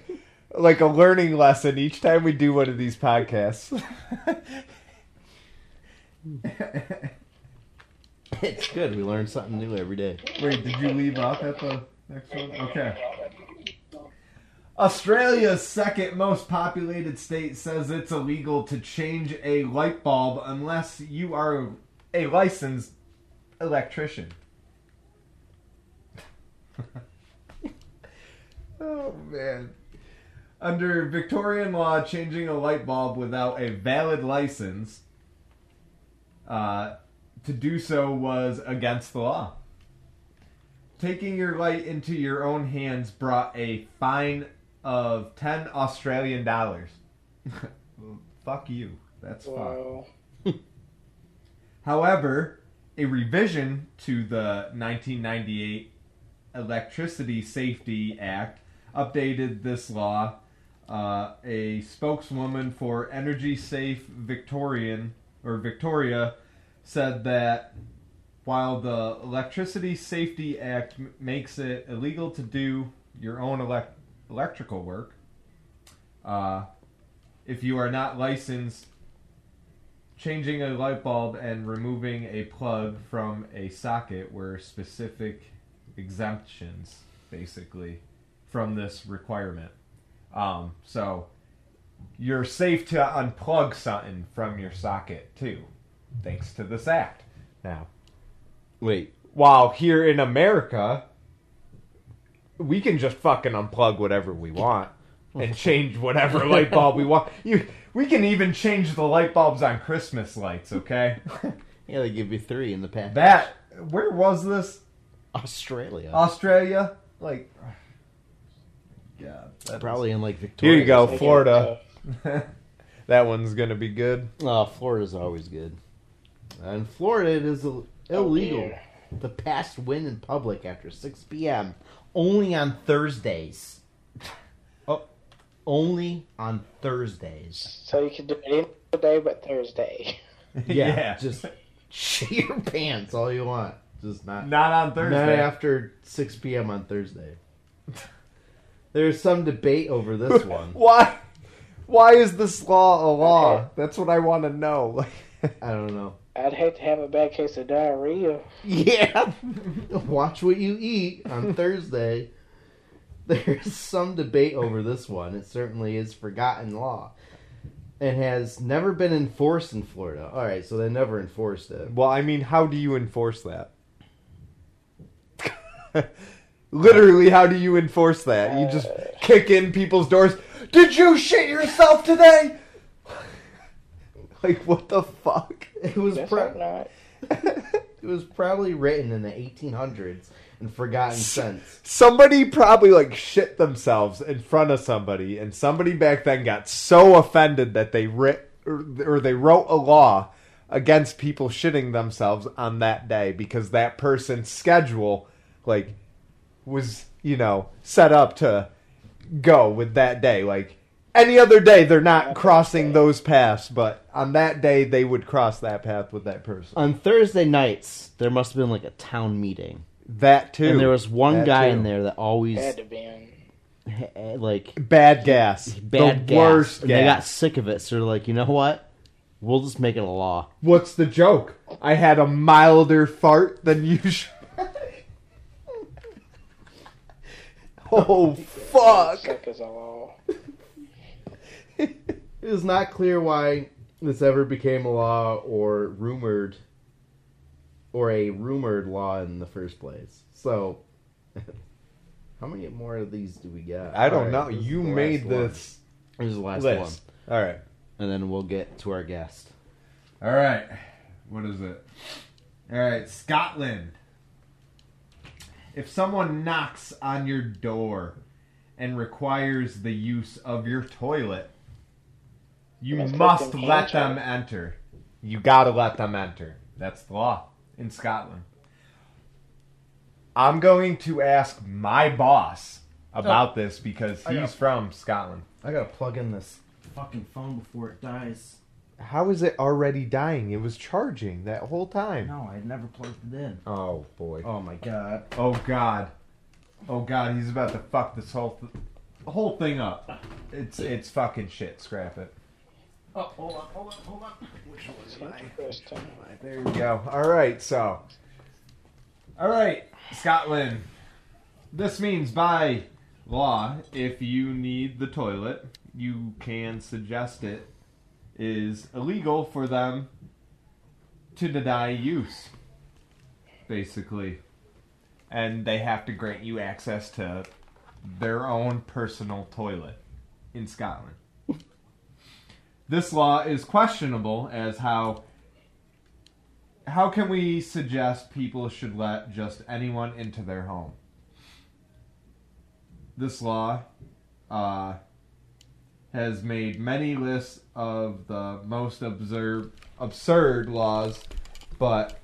Speaker 5: like a learning lesson each time we do one of these podcasts.
Speaker 1: it's good. We learn something new every day.
Speaker 2: Wait, did you leave off at the next one? Okay. Australia's second most populated state says it's illegal to change a light bulb unless you are a licensed electrician. oh man. Under Victorian law, changing a light bulb without a valid license uh, to do so was against the law. Taking your light into your own hands brought a fine of 10 Australian dollars. Well, fuck you. That's fucked.
Speaker 3: Wow.
Speaker 2: However, a revision to the 1998 Electricity Safety Act updated this law. Uh, a spokeswoman for Energy Safe Victorian or Victoria said that while the Electricity Safety Act m- makes it illegal to do your own elec- electrical work, uh, if you are not licensed changing a light bulb and removing a plug from a socket were specific exemptions, basically, from this requirement. Um, so you're safe to unplug something from your socket too, thanks to this act. Now,
Speaker 5: Wait. While here in America, we can just fucking unplug whatever we want and change whatever light bulb we want.
Speaker 2: you we can even change the light bulbs on Christmas lights. Okay,
Speaker 1: Yeah, they give you three in the package.
Speaker 2: that where was this?
Speaker 1: Australia,
Speaker 2: Australia, like. Yeah, that
Speaker 1: probably in like Victoria.
Speaker 5: Here you go,
Speaker 3: Making it
Speaker 5: Florida.
Speaker 2: is-
Speaker 5: That one's gonna be good.
Speaker 1: Oh, Florida's always good. In Florida, it is ill- illegal to pass wind in public after 6 p.m. only on Thursdays. Oh, only on Thursdays.
Speaker 3: So you can do it any other day but Thursday.
Speaker 1: Yeah,
Speaker 2: Yeah.
Speaker 1: just shit your pants all you want. Just not
Speaker 2: Not on
Speaker 1: Not
Speaker 2: Thursday.
Speaker 1: after 6 p.m. on Thursday. There's some debate over this one.
Speaker 5: Why? Why is this law a law? That's what I want to know. Like,
Speaker 1: I don't know.
Speaker 3: I'd hate to have a bad case of diarrhea.
Speaker 1: Yeah. Watch what you eat on Thursday. There's some debate over this one. It certainly is forgotten law and has never been enforced in Florida. All right, so they never enforced it.
Speaker 5: well, I mean, how do you enforce that? Literally, how do you enforce that? You just kick in people's doors. Did you shit yourself today? like, what the fuck?
Speaker 1: It was
Speaker 3: That's
Speaker 1: pro-
Speaker 3: not.
Speaker 1: it was probably written in the 1800s and forgotten since.
Speaker 5: Somebody probably like shit themselves in front of somebody, and somebody back then got so offended that they writ or, or they wrote a law against people shitting themselves on that day because that person's schedule like was you know set up to go with that day. Like any other day, they're not crossing those paths, but on that day they would cross that path with that person.
Speaker 1: On Thursday nights, there must have been like a town meeting.
Speaker 5: That too.
Speaker 1: And there was one
Speaker 5: That
Speaker 1: guy
Speaker 5: too.
Speaker 1: in there that always
Speaker 3: Had to be in.
Speaker 1: like
Speaker 5: bad gas,
Speaker 1: bad
Speaker 5: the
Speaker 1: gas,
Speaker 5: worst
Speaker 1: and they got
Speaker 5: gas.
Speaker 1: sick of it. So they're like, you know what? We'll just make it a law.
Speaker 5: What's the joke? I had a milder fart than usual. oh fuck!
Speaker 3: Suckers all.
Speaker 1: It is not clear why this ever became a law or rumored, or a rumored law in the first place. So, how many more of these do we got?
Speaker 5: I don't
Speaker 1: Alright,
Speaker 5: know.
Speaker 1: this is
Speaker 5: You
Speaker 1: the
Speaker 5: made
Speaker 1: last one.
Speaker 5: this
Speaker 1: This is the last
Speaker 5: list. All right.
Speaker 1: one, and then we'll get to our guest.
Speaker 2: All right. What is it? All right, Scotland. If someone knocks on your door and requires the use of your toilet, you
Speaker 3: Must let
Speaker 2: must
Speaker 3: them
Speaker 2: let
Speaker 3: enter.
Speaker 2: them enter. You gotta let them enter. That's the law in Scotland. I'm going to ask my boss about this because
Speaker 1: I know.
Speaker 2: he's from Scotland.
Speaker 1: I gotta plug in this fucking phone before it dies.
Speaker 2: How is it already dying? It was charging that whole time.
Speaker 1: No, I never plugged it in.
Speaker 2: Oh boy.
Speaker 1: Oh my god.
Speaker 2: Oh god. Oh god, he's about to fuck this whole th- whole thing up. It's it's fucking shit. Scrap it.
Speaker 1: Oh, hold on, hold on, hold on.
Speaker 3: Interesting.
Speaker 2: There we go. All right, so. All right, Scotland. This means by law, if you need the toilet, you can suggest it is illegal for them to deny use, basically. And they have to grant you access to their own personal toilet in Scotland. this law is questionable as how how can we suggest people should let just anyone into their home? This law uh, has made many lists of the most absurd, absurd laws, but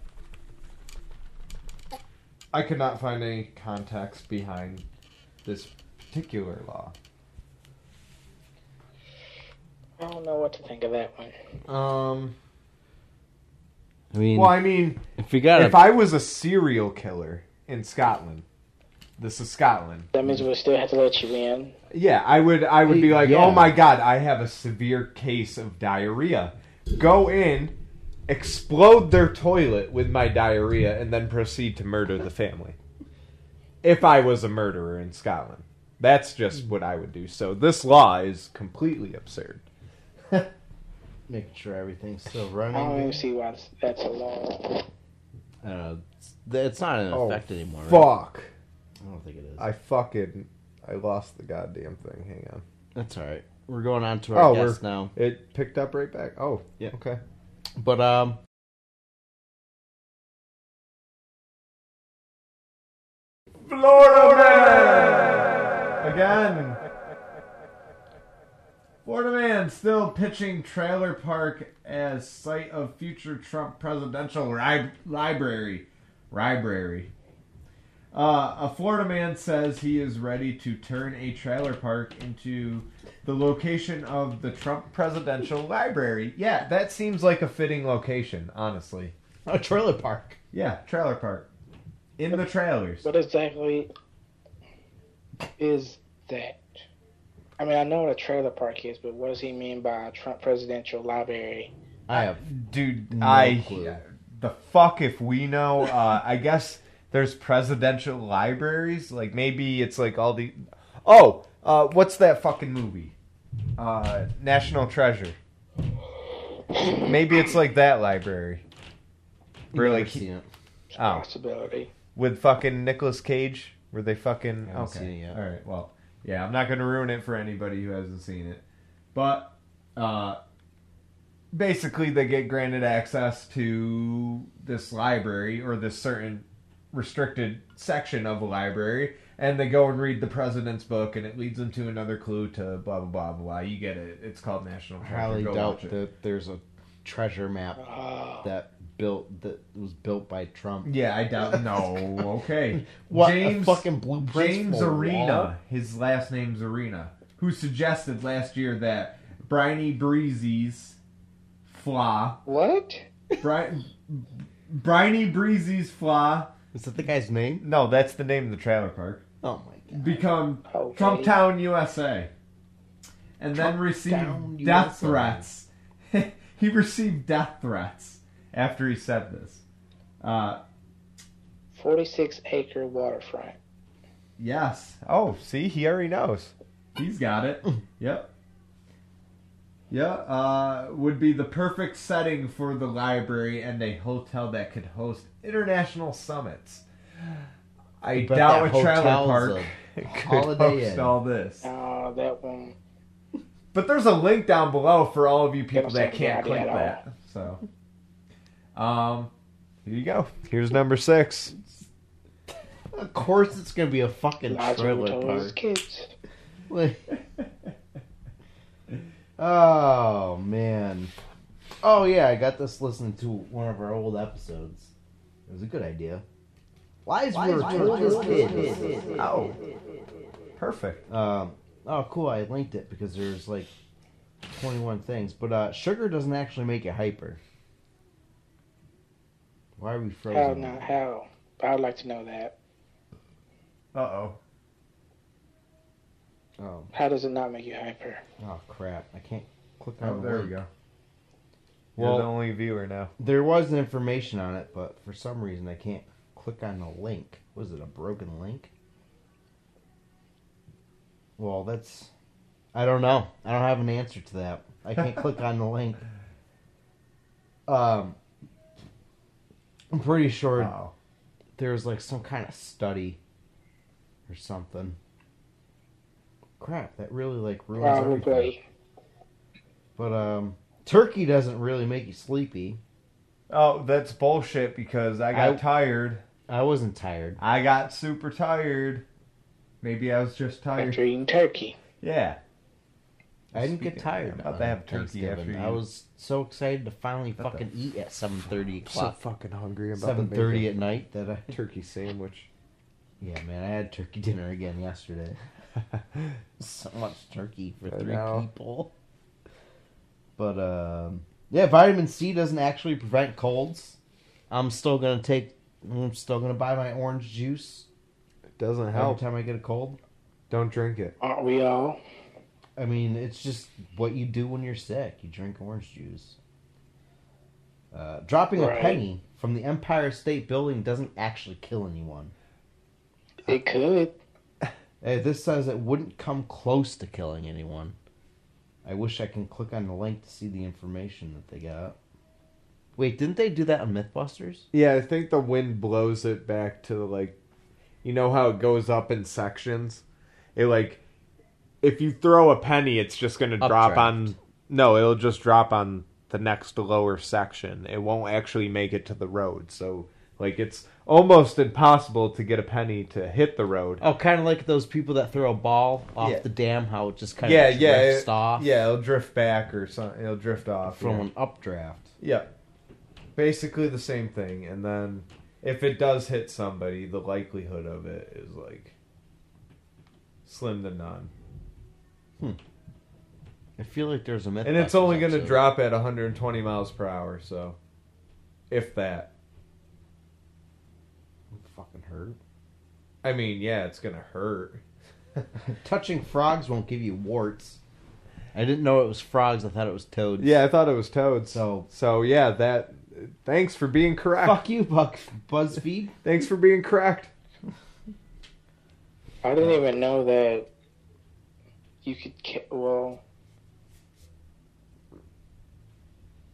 Speaker 2: I could not find any context behind this particular law.
Speaker 3: I don't know what to think of that one.
Speaker 2: Um,
Speaker 7: I mean,
Speaker 2: well, I mean,
Speaker 7: if you got
Speaker 2: if
Speaker 7: a
Speaker 2: I was a serial killer in Scotland, this is Scotland.
Speaker 3: That means we'll still have to let you in.
Speaker 2: Yeah, I would. I would be like,
Speaker 1: Yeah.
Speaker 2: "Oh my god, I have a severe case of diarrhea." Go in, explode their toilet with my diarrhea, and then proceed to murder the family. If I was a murderer in Scotland, that's
Speaker 1: Hmm.
Speaker 2: just what I would do. So this law is completely absurd.
Speaker 1: Making sure everything's still
Speaker 3: I
Speaker 1: running.
Speaker 2: Oh.
Speaker 3: don't even see why it's- that's a law.
Speaker 1: I don't know. It's, it's not in
Speaker 2: Oh,
Speaker 1: effect anymore. right?
Speaker 2: Fuck!
Speaker 1: I don't think it is.
Speaker 2: I fucking I lost the goddamn thing. Hang on.
Speaker 1: That's all right. We're going on to our
Speaker 2: Oh,
Speaker 1: guest now.
Speaker 2: It picked up right back. Oh,
Speaker 1: Yeah.
Speaker 2: Okay.
Speaker 1: But um,
Speaker 2: Florida Man! Again. Florida Man still pitching trailer park as site of future Trump presidential ri- library. Library. Uh, a Florida man says he is ready to turn a trailer park into the location of the Trump presidential library. Yeah, that seems like a fitting location, honestly.
Speaker 1: a trailer park.
Speaker 2: Yeah, trailer park. In the trailers.
Speaker 3: What exactly is that? I mean, I know what a trailer park is, but what does he mean by a Trump presidential library?
Speaker 1: I have.
Speaker 2: Dude,
Speaker 1: No
Speaker 2: I
Speaker 1: clue.
Speaker 2: the fuck if we know. Uh, I guess there's presidential libraries. Like maybe it's like all the. Oh, uh, what's that fucking movie? Uh, National Treasure.
Speaker 1: Oh.
Speaker 2: Maybe it's like that library. Where
Speaker 1: never
Speaker 2: like he-
Speaker 1: seen it.
Speaker 3: It's a
Speaker 2: Oh.
Speaker 3: Possibility.
Speaker 2: with fucking Nicolas Cage, where they fucking.
Speaker 1: haven't
Speaker 2: Okay.
Speaker 1: seen it yet.
Speaker 2: All right. Well, yeah, I'm not gonna ruin it for anybody who hasn't seen it, but uh, basically they get granted access to this library or this certain restricted section of a library, and they go and read the president's book, and it leads them to another clue to blah blah blah blah. You get it. It's called National.
Speaker 1: I
Speaker 2: Treasure.
Speaker 1: highly
Speaker 2: Go
Speaker 1: doubt
Speaker 2: watch it.
Speaker 1: that there's a treasure map
Speaker 3: Oh.
Speaker 1: that built that was built by Trump.
Speaker 2: Yeah, I doubt. No, okay.
Speaker 1: What a fucking blueprint.
Speaker 2: James
Speaker 1: for a wall?
Speaker 2: Arena, his last name's Arena, who suggested last year that Briny Breezy's flaw,
Speaker 3: What?
Speaker 2: Bri- Briny Breezy's flaw.
Speaker 1: Is that the guy's name?
Speaker 2: No, that's the name of the trailer park.
Speaker 1: Oh my god.
Speaker 2: Become
Speaker 3: Okay.
Speaker 2: Trump Town USA, and then received
Speaker 1: Town
Speaker 2: death
Speaker 1: USA.
Speaker 2: threats. he received death threats after he said this. Uh,
Speaker 3: 46 acre waterfront.
Speaker 2: yes. Oh, see, he already knows. He's got it. Yep. Yeah, uh, would be the perfect setting for the library and a hotel that could host international summits. I
Speaker 1: bet
Speaker 2: doubt
Speaker 1: that
Speaker 2: a trailer
Speaker 1: hotel's
Speaker 2: park could
Speaker 1: Holiday
Speaker 2: host
Speaker 1: Inn.
Speaker 2: all this.
Speaker 3: Oh, that one.
Speaker 2: But there's a link down below for all of you people
Speaker 3: Don't
Speaker 2: that
Speaker 3: say
Speaker 2: can't
Speaker 3: yeah,
Speaker 2: click
Speaker 3: yeah, no.
Speaker 2: that. So, um, here you go. Here's number six.
Speaker 1: Of course it's gonna be a fucking
Speaker 3: Logical
Speaker 1: trailer
Speaker 3: towards
Speaker 1: park.
Speaker 3: kids.
Speaker 1: oh man. Oh yeah, I got this listening to one of our old episodes. It was a good idea. Lies were told as kids.
Speaker 2: Oh, perfect.
Speaker 1: Um, oh, cool. I linked it because there's like 21 things. But uh, sugar doesn't actually make you hyper. Why are we frozen?
Speaker 3: How not how? I would like to know that.
Speaker 2: Uh oh.
Speaker 1: Oh,
Speaker 3: How does it not make you hyper?
Speaker 1: oh, crap. I can't click on
Speaker 2: Oh,
Speaker 1: the
Speaker 2: there we
Speaker 1: link.
Speaker 2: go.
Speaker 5: You're
Speaker 1: Well-
Speaker 5: the only viewer now.
Speaker 1: There was information on it, but for some reason I can't click on the link. Was it a broken link? Well, that's. I don't know. I don't have an answer to that. I can't click on the link. Um, I'm pretty sure
Speaker 2: Oh,
Speaker 1: there was like some kind of study or something. Crap, that really like ruins everything.
Speaker 3: Probably.
Speaker 1: But um, turkey doesn't really make you sleepy.
Speaker 2: oh, that's bullshit because I got
Speaker 1: I-
Speaker 2: tired.
Speaker 1: I wasn't tired.
Speaker 2: I got super tired. Maybe I was just tired.
Speaker 3: After eating turkey.
Speaker 2: Yeah.
Speaker 1: I didn't
Speaker 2: Speaking
Speaker 1: get
Speaker 2: of
Speaker 1: tired.
Speaker 2: that, I'm about
Speaker 1: on
Speaker 2: to have turkey
Speaker 1: Thanksgiving.
Speaker 2: after you.
Speaker 1: I was so excited to finally fucking eat at seven thirty
Speaker 6: I'm so
Speaker 1: o'clock.
Speaker 6: fucking hungry about
Speaker 1: Seven thirty at night. That I
Speaker 6: turkey sandwich.
Speaker 1: yeah, man, I had turkey dinner again yesterday. so much turkey for
Speaker 6: I
Speaker 1: three
Speaker 6: know.
Speaker 1: people. But um, yeah, vitamin C doesn't actually prevent colds. I'm still gonna take. I'm still gonna buy my orange juice
Speaker 6: It doesn't
Speaker 1: every
Speaker 6: help.
Speaker 1: time I get a cold.
Speaker 6: Don't drink it.
Speaker 3: Aren't we all?
Speaker 1: I mean, it's just what you do when you're sick. You drink orange juice. Uh, dropping a
Speaker 3: Right.
Speaker 1: penny from the Empire State Building doesn't actually kill anyone.
Speaker 3: It could.
Speaker 1: Hey, this says it wouldn't come close to killing anyone. I wish I can click on the link to see the information that they got. Wait, didn't they do that on MythBusters?
Speaker 6: Yeah, I think the wind blows it back to like, you know how it goes up in sections. It like, if you throw a penny, it's just gonna drop
Speaker 1: Updraft.
Speaker 6: on. No, it'll just drop on the next lower section. It won't actually make it to the road. So like, it's almost impossible to get a penny to hit the road.
Speaker 1: Oh, kind of like those people that throw a ball off
Speaker 2: Yeah.
Speaker 1: the dam, how it just kind
Speaker 2: Yeah,
Speaker 1: of
Speaker 2: yeah,
Speaker 1: drifts
Speaker 2: it-
Speaker 1: off
Speaker 2: Yeah, it'll drift back or something. It'll drift off.
Speaker 1: from
Speaker 2: yeah.
Speaker 1: an updraft.
Speaker 2: yeah.
Speaker 5: Basically the same thing, and then
Speaker 2: If it does hit somebody, the likelihood of it is like slim to none.
Speaker 1: I feel like there's a myth.
Speaker 2: And it's only going to drop at 120 miles per hour, so if that.
Speaker 1: Fucking hurt.
Speaker 2: I mean, yeah, it's going to hurt.
Speaker 1: Touching frogs won't give you warts. I didn't know it was frogs. I thought it was toads.
Speaker 6: Yeah, I thought it was toads.
Speaker 1: So-
Speaker 6: so yeah, that. Thanks for being correct.
Speaker 1: Fuck you, Buck. BuzzFeed.
Speaker 6: Thanks for being correct.
Speaker 3: I didn't even know that you could ki- well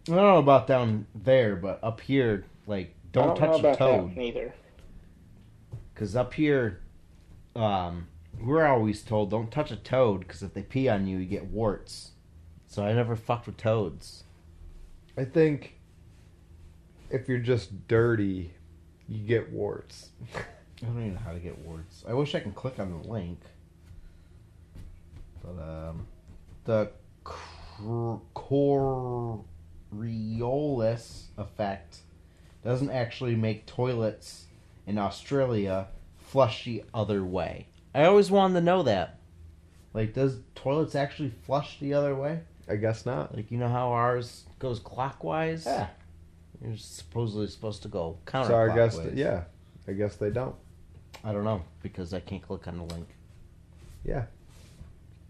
Speaker 1: I don't know about down there, but up here, like, don't,
Speaker 3: I don't know
Speaker 1: touch a
Speaker 3: about that
Speaker 1: toad.
Speaker 3: neither.
Speaker 1: Because up here, um, we're always told don't touch a toad because if they pee on you, you get warts. So I never fucked with toads.
Speaker 6: I think if you're just dirty, you get warts.
Speaker 1: I don't even know how to get warts. I wish I can click on the link. But um, the cr- Coriolis effect doesn't actually make toilets in Australia flush the other way. I always wanted to know that. Like, does toilets actually flush the other way?
Speaker 6: I guess not.
Speaker 1: Like, you know how ours goes clockwise?
Speaker 6: Yeah.
Speaker 1: You're supposedly supposed to go
Speaker 6: So I
Speaker 1: counterclockwise.
Speaker 6: guess yeah. I guess they don't.
Speaker 1: I don't know because I can't click on the link.
Speaker 6: Yeah.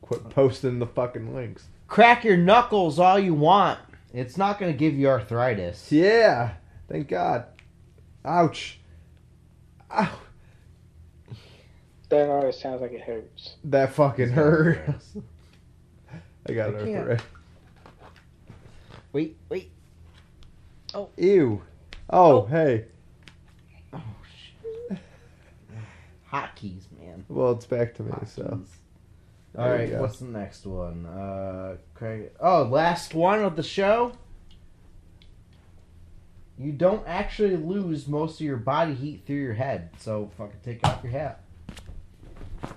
Speaker 6: Quit posting the fucking links.
Speaker 1: crack your knuckles all you want. It's not going to give you arthritis.
Speaker 6: Yeah. Thank God. Ouch. Ow.
Speaker 3: That always sounds like it hurts.
Speaker 6: That fucking hurt. I got
Speaker 1: I
Speaker 6: it.
Speaker 1: can't.
Speaker 6: right.
Speaker 1: Wait, wait.
Speaker 6: Ew. Oh, hey.
Speaker 1: Oh, shit. Hotkeys, man.
Speaker 6: Well, it's back to me. So
Speaker 1: Hotkeys.
Speaker 6: There
Speaker 1: Ah, All
Speaker 6: you
Speaker 1: right,
Speaker 6: go.
Speaker 1: what's the next one? Uh, Craig. Oh, last one of the show. You don't actually lose most of your body heat through your head, so fucking take off your hat.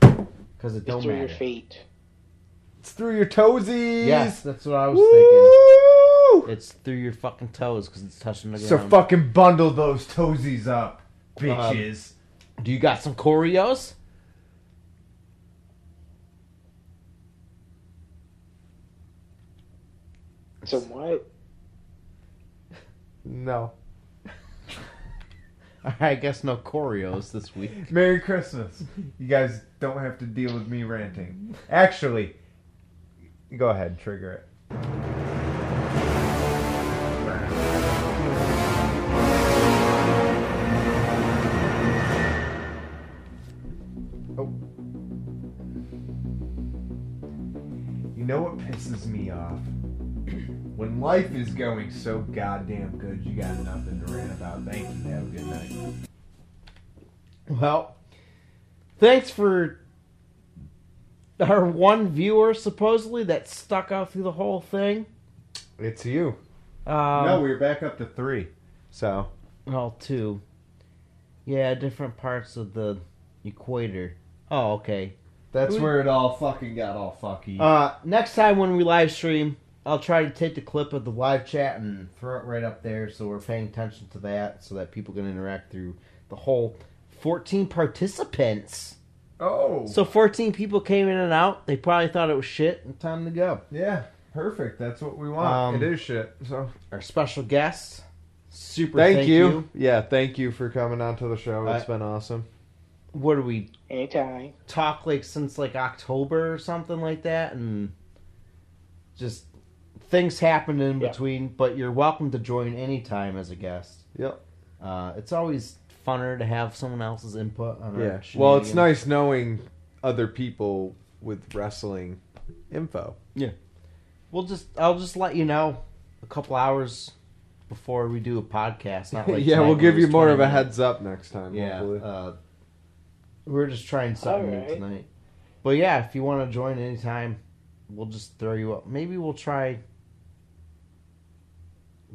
Speaker 1: Because it
Speaker 3: It's
Speaker 1: don't
Speaker 3: through
Speaker 1: matter.
Speaker 3: your feet.
Speaker 6: it's through your toesies.
Speaker 1: Yes, that's what I was thinking.
Speaker 6: Woo!
Speaker 1: It's through your fucking toes because it's touching the ground. Um,
Speaker 2: So fucking bundle those toesies up, bitches.
Speaker 1: Do you got some Corios?
Speaker 3: So what?
Speaker 6: No.
Speaker 1: I guess no Corios this week.
Speaker 2: Merry Christmas. You guys don't have to deal with me ranting. Actually, go ahead, trigger it. Oh. You know what pisses me off? When life is going so goddamn good, you got nothing to rant about. Thank you. Have a good night.
Speaker 1: Well, thanks for our one viewer supposedly that stuck out through the whole thing.
Speaker 6: It's you.
Speaker 1: Um,
Speaker 2: no, we we're back up to three.
Speaker 6: So
Speaker 1: Well, two. Yeah, different parts of the equator. Oh, okay.
Speaker 2: That's
Speaker 1: Who-
Speaker 2: where it all fucking got all fucky.
Speaker 1: Uh, next time when we live stream, I'll try to take the clip of the live chat and throw it right up there so we're paying attention to that so that people can interact through the whole 14 participants.
Speaker 2: oh,
Speaker 1: So 14 people came in and out. They probably thought it was shit and time to go.
Speaker 2: yeah, perfect. That's what we want.
Speaker 1: Um,
Speaker 2: it is shit. So
Speaker 1: Our special guest, super
Speaker 6: thank, you. Yeah, thank you for coming onto the show. It's
Speaker 1: I-
Speaker 6: been awesome.
Speaker 1: What do we
Speaker 3: Anytime.
Speaker 1: talk like since like October or something like that, and just things happen in
Speaker 3: Yeah.
Speaker 1: between. But you're welcome to join anytime as a guest.
Speaker 6: Yep.
Speaker 1: Uh, it's always funner to have someone else's input on our
Speaker 6: Yeah. Well, it's
Speaker 1: shenanigans.
Speaker 6: nice knowing other people with wrestling info.
Speaker 1: We'll just I'll just let you know a couple hours before we do a podcast. Not like
Speaker 6: yeah,
Speaker 1: tonight
Speaker 6: we'll
Speaker 1: when
Speaker 6: give
Speaker 1: it
Speaker 6: you
Speaker 1: was
Speaker 6: more
Speaker 1: 20
Speaker 6: of a
Speaker 1: minutes.
Speaker 6: heads up next time.
Speaker 1: Yeah.
Speaker 6: Hopefully.
Speaker 1: Uh, we're just trying something new
Speaker 3: Alright.
Speaker 1: tonight. But yeah, if you want to join anytime, we'll just throw you up. Maybe we'll try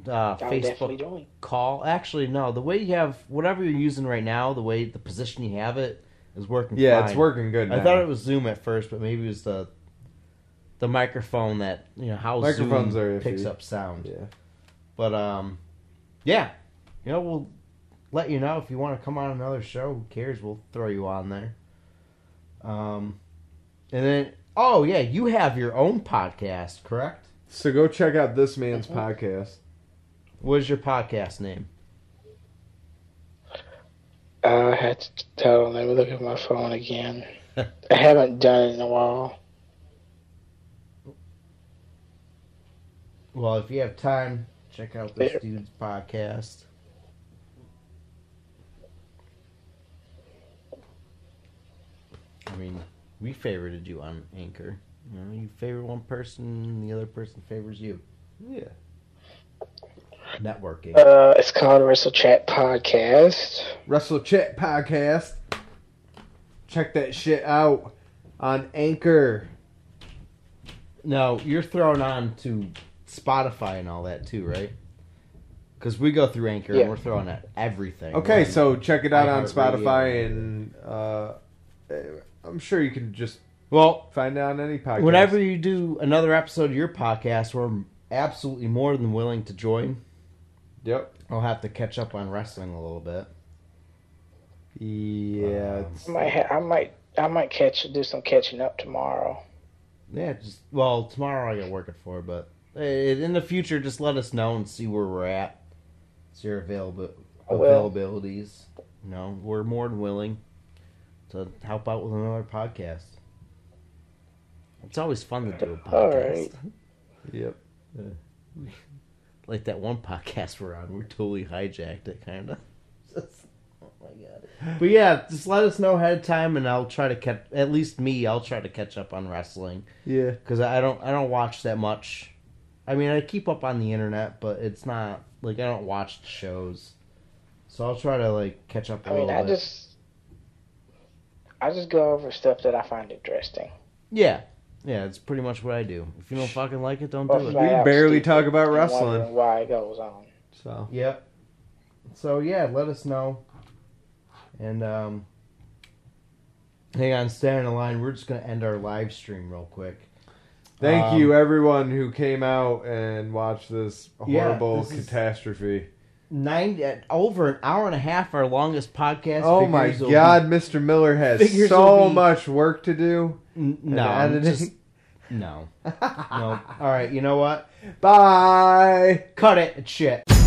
Speaker 1: uh,
Speaker 3: I'll definitely
Speaker 1: Facebook
Speaker 3: join.
Speaker 1: call. Actually, no. The way you have whatever you're using right now, the way the position you have it is working.
Speaker 6: yeah, it's
Speaker 1: fine.
Speaker 6: working good.
Speaker 1: I
Speaker 6: now.
Speaker 1: thought it was Zoom at first, but maybe it was the the microphone that you know how
Speaker 6: Microphones
Speaker 1: Zoom
Speaker 6: are
Speaker 1: picks
Speaker 6: iffy.
Speaker 1: up sound.
Speaker 6: Yeah.
Speaker 1: But um, yeah, you know we'll let you know if you want to come on another show. Who cares? We'll throw you on there. Um, and then oh yeah, you have your own podcast, correct?
Speaker 6: So go check out this man's
Speaker 3: Mhm.
Speaker 6: podcast.
Speaker 1: What is your podcast name?
Speaker 3: Uh, I had to tell. Let me look at my phone again. I haven't done it in a while.
Speaker 1: Well, if you have time, check out this
Speaker 3: There.
Speaker 1: dude's podcast. I mean, we favorited you on Anchor. You know, you favor one person, and the other person favors you.
Speaker 6: Yeah.
Speaker 1: Networking.
Speaker 3: Uh, it's called Wrestle Chat Podcast.
Speaker 6: Wrestle Chat podcast. Check that shit out on Anchor.
Speaker 1: No, you're thrown on to Spotify and all that too, right? Because we go through Anchor
Speaker 3: Yeah.
Speaker 1: and we're throwing at everything.
Speaker 6: Okay, so check it out on
Speaker 1: iHeartRadio.
Speaker 6: Spotify, and uh, I'm sure you can just
Speaker 1: well,
Speaker 6: find it on any podcast.
Speaker 1: whenever you do another episode of your podcast, we're absolutely more than willing to join.
Speaker 6: Yep.
Speaker 1: I'll have to catch up on wrestling a little bit.
Speaker 6: Yeah.
Speaker 1: Um,
Speaker 6: it's-
Speaker 3: I might, ha- I might, I might catch, do some catching up tomorrow.
Speaker 1: Yeah, just well, tomorrow I got work at four, but eh, in the future, just let us know and see where we're at. See your available
Speaker 3: I will.
Speaker 1: availabilities. You know, we're more than willing to help out with another podcast. It's always fun to do a podcast.
Speaker 3: All right.
Speaker 6: Yep.
Speaker 1: Like that one podcast we're on, we totally hijacked it, kind of. Oh my god! But yeah, just let us know ahead of time, and I'll try to catch. At least me, I'll try to catch up on wrestling
Speaker 6: Yeah.
Speaker 1: because I don't I don't watch that much. I mean, I keep up on the internet, but it's not like I don't watch the shows. So I'll try to like catch up a
Speaker 3: I mean,
Speaker 1: little
Speaker 3: I
Speaker 1: bit.
Speaker 3: just, I just go over stuff that I find interesting.
Speaker 1: Yeah, yeah, it's pretty much what I do. If you don't fucking like it, don't
Speaker 3: Or
Speaker 1: do it.
Speaker 3: flat out
Speaker 6: barely
Speaker 3: stupid
Speaker 6: talk about
Speaker 3: and
Speaker 6: wrestling.
Speaker 3: wondering Why it goes on?
Speaker 6: So
Speaker 1: Yep. So yeah, let us know. And um, hang on, stay on the line. We're just gonna end our live stream real quick.
Speaker 6: thank
Speaker 1: Um,
Speaker 6: you everyone who came out and watched this
Speaker 1: Yeah,
Speaker 6: horrible
Speaker 1: this is-
Speaker 6: catastrophe.
Speaker 1: nine uh, over an hour and a half. Our longest podcast.
Speaker 2: Oh my
Speaker 1: Figures will
Speaker 2: God, Mr. Miller has
Speaker 1: Figures
Speaker 2: so
Speaker 1: will be-
Speaker 2: much work to do.
Speaker 1: be- N- no,
Speaker 2: and
Speaker 1: I'm
Speaker 2: editing.
Speaker 1: just- no, no. All right, you know what?
Speaker 2: Bye.
Speaker 1: Cut it. It's shit.